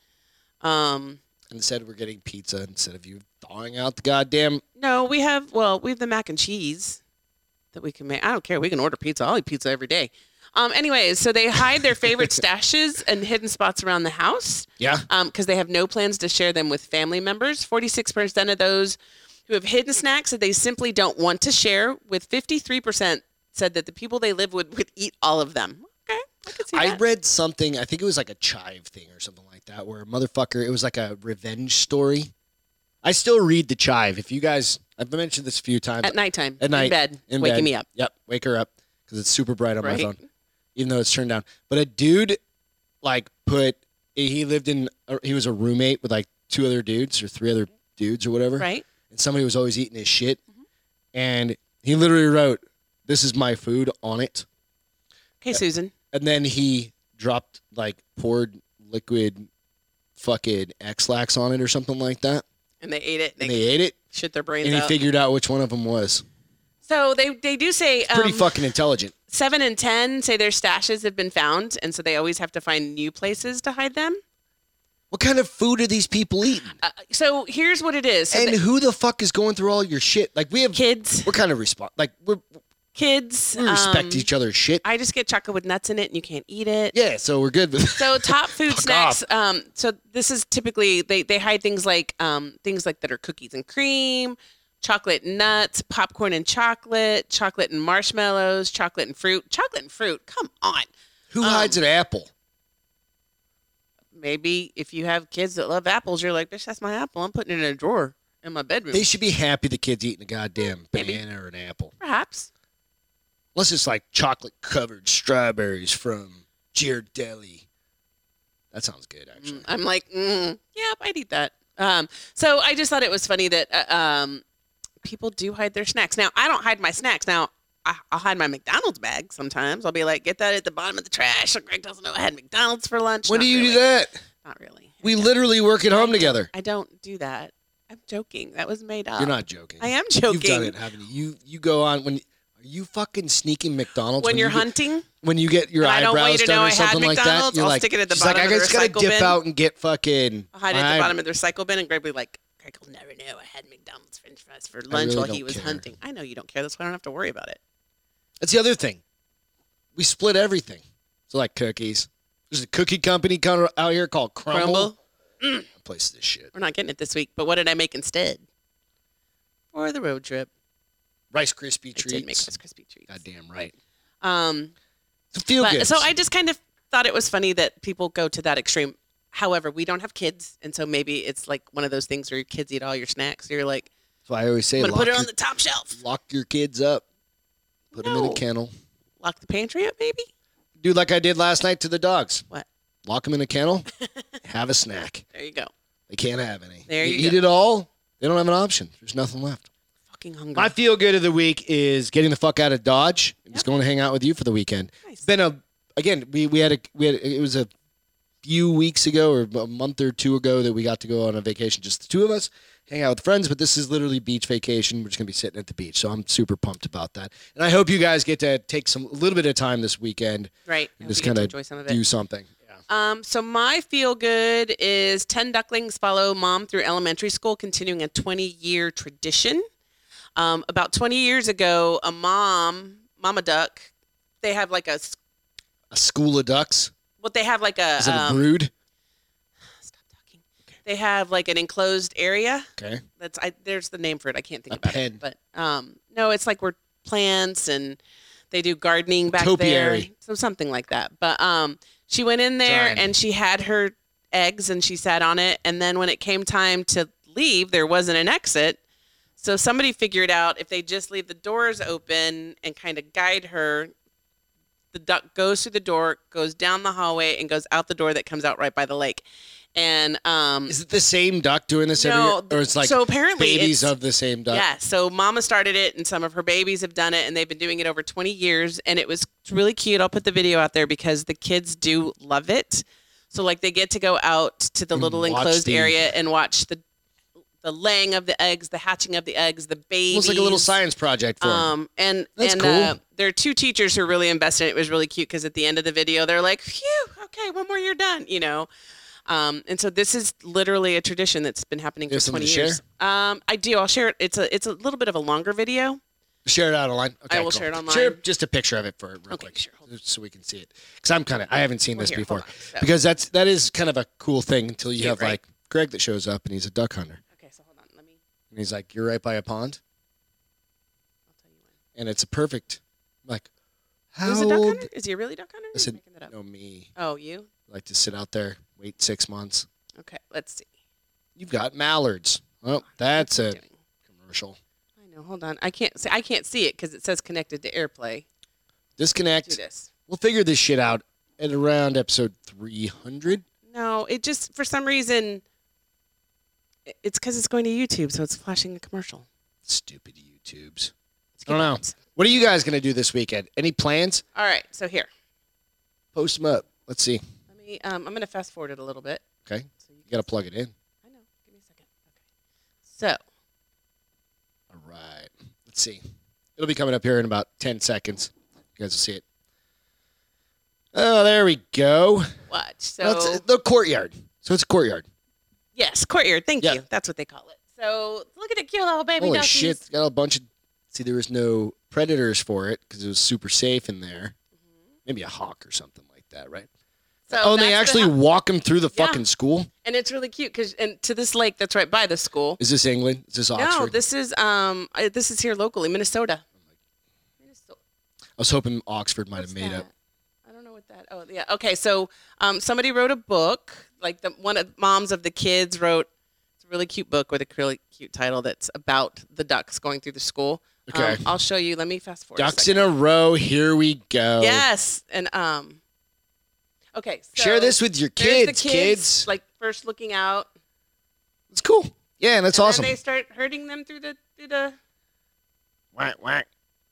B: um,
A: and said we're getting pizza instead of you thawing out the goddamn.
B: No, we have well, we have the mac and cheese that we can make. I don't care. We can order pizza. I'll eat pizza every day. Um, anyways, so they hide their favorite stashes and hidden spots around the house
A: Yeah.
B: because they have no plans to share them with family members. Forty-six percent of those who have hidden snacks that they simply don't want to share, with fifty-three percent said that the people they live with would eat all of them. Okay, I could see
A: I
B: that.
A: read something. I think it was like a chive thing or something like that, where a motherfucker. It was like a revenge story. I still read the chive. If you guys, I've mentioned this a few times.
B: at nighttime,
A: At night,
B: in bed,
A: in
B: waking
A: bed.
B: me up.
A: Yep, wake her up because it's super bright on
B: Right.
A: my phone, even though it's turned down. But a dude, like, put he lived in. uh, He was a roommate with like two other dudes or three other dudes or whatever.
B: Right? Mm-hmm.
A: and somebody was always eating his shit. And he literally wrote, This is my food on it.
B: Hey, Susan.
A: And then he dropped, like, poured liquid fucking X lax on it or something like that.
B: And they ate it.
A: And
B: They,
A: they ate it.
B: shit their brains
A: And he
B: out.
A: figured out which one of them was.
B: so they they do say
A: Pretty
B: um,
A: fucking intelligent.
B: seven and ten say their stashes have been found, and so they always have to find new places to hide them.
A: What kind of food are these people eating?
B: Uh, so here's what it is: so
A: and
B: the
A: who the fuck is going through all your shit? Like, we have.
B: kids,
A: We're kind of respond like we're
B: kids.
A: We respect
B: um,
A: each other's shit.
B: I just get chocolate with nuts in it, and you can't eat it.
A: yeah, so we're good with
B: So top food
A: Fuck
B: snacks. Um, so this is typically they they hide things like um things like that are cookies and cream, chocolate and nuts, popcorn and chocolate, chocolate and marshmallows, chocolate and fruit, chocolate and fruit. Come on,
A: Who
B: Um,
A: hides an apple?
B: maybe if you have kids that love apples, you're like, bitch, that's my apple. I'm putting it in a drawer in my bedroom.
A: They should be happy the kid's eating a goddamn
B: Maybe.
A: banana or an apple.
B: Perhaps.
A: Unless it's like chocolate covered strawberries from Ghirardelli. That sounds good, actually.
B: Mm, I'm like, mm, yeah, I'd eat that. Um, so I just thought it was funny that uh, um, people do hide their snacks. Now I don't hide my snacks. Now I, I'll hide my McDonald's bag sometimes. I'll be like, get that at the bottom of the trash. So Greg doesn't know I had McDonald's for lunch.
A: When
B: Not
A: do you
B: really.
A: do that?
B: Not really.
A: We literally work at home together.
B: I don't do that. I'm joking. That was made up.
A: You're not joking.
B: uh, I am joking.
A: You've done it, haven't you? You you go on when are you fucking sneaking McDonald's
B: When, you're
A: you get,
B: hunting,
A: when you get your
B: and I don't
A: eyebrows
B: want you to
A: done
B: know
A: or
B: I had
A: something like that.
B: McDonald's,
A: You're
B: I'll
A: like,
B: stick it at the
A: she's like,
B: bottom
A: I
B: of the
A: just gotta
B: recycle
A: dip
B: bin."
A: out and get fucking.
B: I'll hide it at
A: my-
B: the bottom of the recycle bin, and Greg will be like, Greg will never know I had McDonald's French fries for lunch
A: really
B: while he
A: don't
B: was
A: care.
B: hunting. I know you don't care. That's why I don't have to worry about it.
A: That's the other thing. We split everything. So like cookies. There's a cookie company kind out here called Crumble. Mm.
B: Crumble.
A: Place this shit.
B: We're not getting it this week, but what did I make instead? For the road trip,
A: Rice Krispie treats.
B: I did make Rice Krispie treats.
A: Goddamn right.
B: Um,
A: So feel
B: but-
A: good.
B: so I just kind of thought it was funny that people go to that extreme. However, we don't have kids, and so maybe it's like one of those things where your kids eat all your snacks. You're like,
A: That's why I always say
B: I'm gonna
A: lock,
B: put it
A: your,
B: on the top shelf,
A: lock your kids up. Put them in
B: No.
A: a kennel.
B: lock the pantry up, maybe.
A: Do like I did last night to the dogs.
B: What?
A: Lock them in a kennel. have a snack.
B: There you go.
A: They can't have any.
B: There
A: They
B: you
A: eat
B: go.
A: it all. They don't have an option. There's nothing left.
B: Fucking hungry.
A: My feel good of the week is getting the fuck out of Dodge. and Just going to hang out with you for the weekend.
B: Nice.
A: It's been a again. We we had a we had it was a few weeks ago or a month or two ago that we got to go on a vacation, just the two of us, hang out with friends. But this is literally beach vacation. We're just gonna be sitting at the beach, so I'm super pumped about that. And I hope you guys get to take some a little bit of time this weekend,
B: right. I hope
A: just
B: you get to
A: kinda
B: enjoy some of it.
A: do something.
B: Um, so my feel good is 10 ducklings follow mom through elementary school, continuing a 20 year tradition. Um, about 20 years ago, a mom, mama duck, they have like a, s-
A: A school of ducks.
B: what they have like a,
A: Is it a
B: um,
A: brood?
B: stop talking. They have like an enclosed area.
A: Okay.
B: That's I, there's the name for it. I can't think
A: A
B: about
A: pen.
B: it. But um, no, it's like where plants and they do gardening back there,
A: Topiary.
B: so something like that. But um, she went in there
A: Giant.
B: and she had her eggs and she sat on it. And then when it came time to leave, there wasn't an exit. So somebody figured out if they just leave the doors open and kind of guide her, the duck goes through the door, goes down the hallway, and goes out the door that comes out right by the lake. And um,
A: Is it the same duck doing this every
B: no,
A: year? Or it's like
B: so apparently
A: babies
B: it's-
A: of the same duck?
B: yeah, so Mama started it, and some of her babies have done it, and they've been doing it over 20 years, and it was really cute. I'll put the video out there because the kids do love it. So like they get to go out to the
A: And
B: little
A: watch
B: enclosed
A: the-
B: area and watch the the laying of the eggs, the hatching of the eggs, the babies.
A: Almost like a little science project for 'em.
B: Um, and
A: That's
B: and
A: cool.
B: uh, there are two teachers who are really invested. in It It was really cute because at the end of the video, they're like, "Phew, okay, one more, you're done," you know. Um, and so this is literally a tradition that's been happening
A: You have
B: for
A: something
B: 20
A: to
B: years. Um, I do. I'll share it. It's a it's a little bit of a longer video.
A: Share it online. Okay,
B: I will
A: cool.
B: share it online.
A: Share just a picture of it for real
B: Okay,
A: quick,
B: sure, hold
A: so we can see it. Because I'm kind of I haven't seen this
B: here,
A: before.
B: hold on, so-
A: Because that's that is kind of a cool thing until you
B: Cute,
A: have
B: right?
A: like Greg that shows up and he's a duck hunter
B: Okay, so hold on. Let me.
A: and he's like, "You're right by a pond,"
B: I'll tell you when.
A: and it's a perfect. I'm like, how
B: Who's a duck
A: old?
B: hunter? Is he a really duck hunter? Or are
A: I
B: you
A: said,
B: making that up?
A: "No, me.
B: Oh, you?
A: I like to sit out there, wait six months.
B: Okay, let's see.
A: You've got mallards. Oh, that's a
B: Doing.
A: commercial.
B: I know. Hold on. I can't see. I can't see it because it says connected to AirPlay. Do
A: Disconnect.
B: this.
A: We'll figure this shit out at around episode 300.
B: No, it just for some reason. i- It's because it's going to YouTube, so it's flashing a commercial.
A: Stupid YouTubes.
B: It's
A: I don't know.
B: good.
A: What are you guys going to do this weekend? Any plans?
B: All right, so here.
A: Post them up. Let's see.
B: Let me. Um, I'm going to fast forward it a little bit.
A: Okay.
B: So you
A: You got to plug it in.
B: I know. Give me a second. Okay. So
A: All right. Let's see. It'll be coming up here in about 10 seconds. You guys will see it. Oh, there we go.
B: watch. So
A: That's the courtyard. So it's a courtyard.
B: yes, courtyard. Thank
A: Yeah.
B: you. That's what they call it. So look at the cute little baby
A: Holy
B: duckies.
A: shit. Got a bunch of See, there was no predators for it because it was super safe in there. Maybe a hawk or something like that, right?
B: So
A: oh, and they
B: Mm-hmm. that's
A: actually
B: the hou-
A: walk him through the
B: Yeah.
A: fucking school.
B: and it's really cute because and to this lake that's right by the school.
A: Is this England? Is this Oxford? Oh
B: No, this is um I- this is here locally, Minnesota. Minnesota.
A: I was hoping Oxford might have
B: What's
A: made
B: that?
A: up.
B: I don't know what that. Oh yeah. Okay. So um, somebody wrote a book. Like the one of moms of the kids wrote. It's a really cute book with a really cute title that's about the ducks going through the school. Um,
A: Okay.
B: I'll show you. Let me fast forward. a
A: Ducks
B: second.
A: in a row. Here we go.
B: Yes. And um. Okay. So
A: Share this with your
B: there's
A: kids,
B: the
A: kids.
B: Like first looking out.
A: it's cool. Yeah, and it's
B: and
A: awesome.
B: Then they start herding them through the through the.
A: Whack, whack.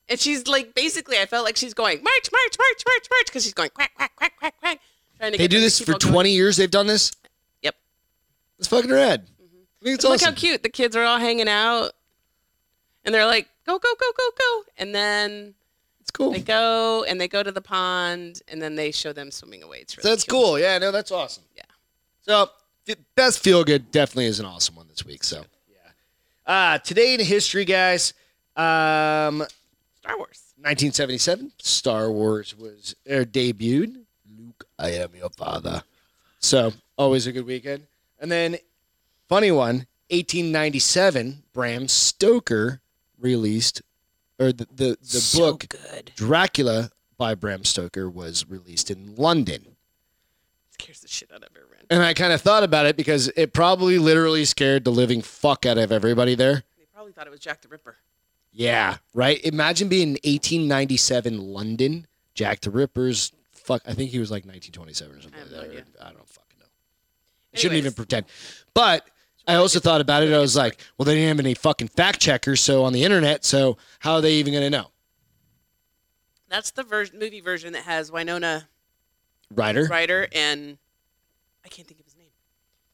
B: And she's like, basically, I felt like she's going march, march, march, march, march, because she's going quack, quack, quack, quack, quack. Trying to
A: They
B: get
A: do
B: them to
A: this
B: keep
A: for
B: all going.
A: 20 years. They've done this.
B: Yep.
A: It's fucking rad. I think it's
B: Mm-hmm. Look
A: awesome.
B: how cute the kids are all hanging out, and they're like, "Go, go, go, go, go!" And then
A: It's cool.
B: they go and they go to the pond, and then they show them swimming away. It's really
A: So that's
B: cute.
A: cool. Yeah, no, that's awesome.
B: Yeah.
A: So f- best feel good definitely is an awesome one this week. So yeah. Uh, today in history, guys. Um,
B: Star Wars.
A: 1977, Star Wars was er, debuted. Luke, I am your father. So always a good weekend. And then, funny one, 1897, Bram Stoker released, or the the, the
B: So
A: book
B: good.
A: Dracula by Bram Stoker was released in London.
B: Scares the shit out of everyone.
A: And I kind of thought about it because it probably literally scared the living fuck out of everybody there.
B: They probably thought it was Jack the Ripper.
A: Yeah, right. Imagine being in 1897 London, Jack the Ripper's. Fuck, I think he was like 1927 or something
B: I
A: like
B: have
A: that.
B: no
A: or-
B: idea.
A: I don't fucking know. I shouldn't even
B: Anyways.
A: pretend. But I also thought about it. I was like, well, they didn't have any fucking fact checkers, so on the internet. So how are they even gonna know?
B: That's the ver- movie version that has Winona
A: Ryder?
B: Ryder and I can't think of his name.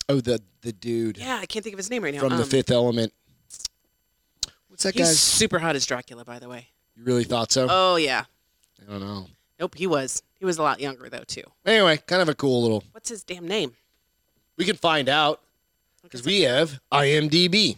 A: Oh, the the dude
B: Yeah, I can't think of his name right now.
A: from The
B: Um,
A: Fifth Element. What's that
B: He's
A: guy's?
B: super hot as Dracula, by the way.
A: You really thought so?
B: Oh yeah.
A: I don't know.
B: Nope, he was. He was a lot younger though too.
A: Anyway, kind of a cool little.
B: What's his damn name?
A: We can find out because we have IMDb.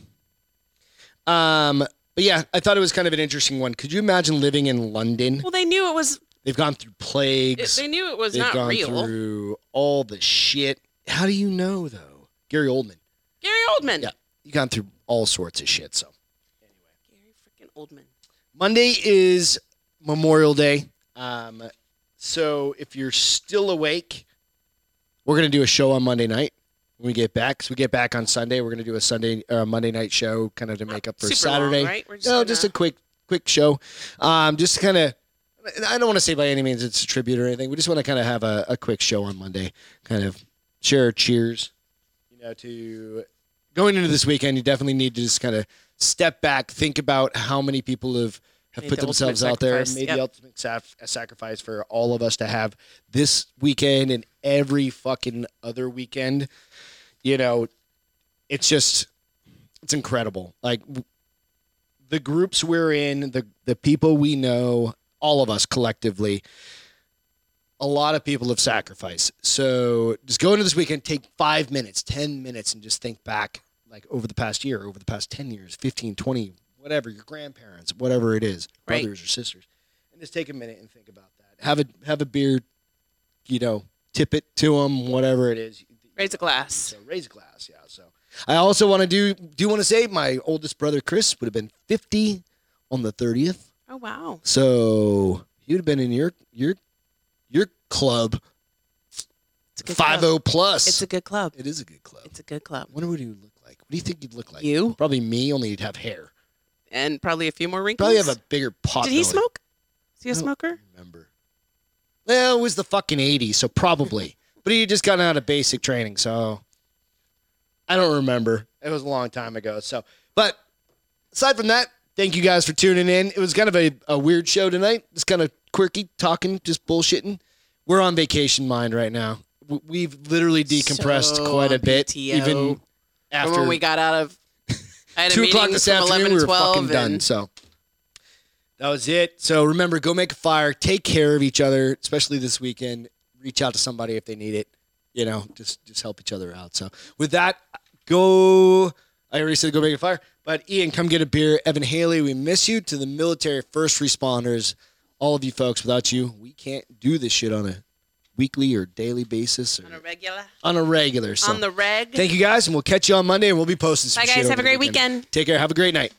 A: Um, but yeah, I thought it was kind of an interesting one. Could you imagine living in London?
B: Well, they knew it was.
A: They've gone through
B: It,
A: plagues.
B: they knew it was
A: They've
B: not
A: gone
B: real.
A: through all the shit. How do you know though? Gary Oldman.
B: Gary Oldman.
A: Yeah, you've gone through all sorts of shit. So
B: Gary freaking Oldman.
A: Monday is Memorial Day. Um, so if you're still awake, we're gonna do a show on Monday night when we get back. So we get back on Sunday. We're gonna do a Sunday uh, Monday night show, kind of to make up for
B: Super
A: Saturday.
B: long, right? We're just
A: no,
B: gonna-
A: just a quick quick show. Um, just kind of. I don't want to say by any means it's a tribute or anything. We just want to kind of have a, a quick show on Monday, kind of share our cheers. You know, to going into this weekend, you definitely need to just kind of step back, think about how many people have have
B: Made
A: put
B: the ultimate
A: themselves out there, and
B: sacrifice,
A: made
B: yep.
A: the ultimate saf- sacrifice for all of us to have this weekend and every fucking other weekend. You know, it's just it's incredible. Like w- the groups we're in, the the people we know, all of us collectively, a lot of people have sacrificed. So just go into this weekend, take five minutes, ten minutes, and just think back like over the past year, over the past ten years, 15, 20, whatever, your grandparents, whatever it is,
B: Right.
A: brothers or sisters. And just take a minute and think about that. Have a have a beer, you know, tip it to them, whatever it is.
B: Raise a glass.
A: So raise a glass, yeah. So I also want to do do want to say my oldest brother Chris would have been 50 on the 30th.
B: Oh wow.
A: So he would have been in your your your club
B: It's a good
A: five oh-
B: club.
A: zero plus.
B: It's a good club.
A: it is a good club.
B: It's a good club.
A: I wonder what he would look like. What do you think he'd look like?
B: You
A: Probably me, only he'd have hair.
B: and probably a few more wrinkles.
A: Probably have a bigger pot.
B: Did he
A: belly.
B: smoke? Is he a
A: No.
B: smoker?
A: Remember? Well, it was the fucking '80s, so probably. but he had just gotten out of basic training, so I don't remember. It was a long time ago. So, but aside from that, thank you guys for tuning in. It was kind of a, a weird show tonight. Just kind of quirky, talking, just bullshitting. We're on vacation mind right now. W- We've literally decompressed
B: So
A: quite a
B: on
A: bit,
B: PTO.
A: even
B: From
A: after
B: when we got out of. I had a
A: two o'clock
B: meeting
A: this
B: from
A: afternoon,
B: 11
A: we
B: to
A: were
B: 12
A: fucking done.
B: and-
A: So that was it. So remember, go make a fire, take care of each other, especially this weekend. Reach out to somebody if they need it. You know, just just help each other out. So with that, go. I already said go make a fire. But Ian, come get a beer. Evan Haley, we miss you. To the military, first responders, all of you folks. Without you, we can't do this shit on a weekly or daily basis or
B: on a regular,
A: on a regular. So
B: on the reg.
A: thank you guys, and we'll catch you on Monday. And we'll be posting some
B: Bye,
A: shit
B: guys.
A: over
B: Have a
A: the
B: great weekend.
A: Take care. Have a great night.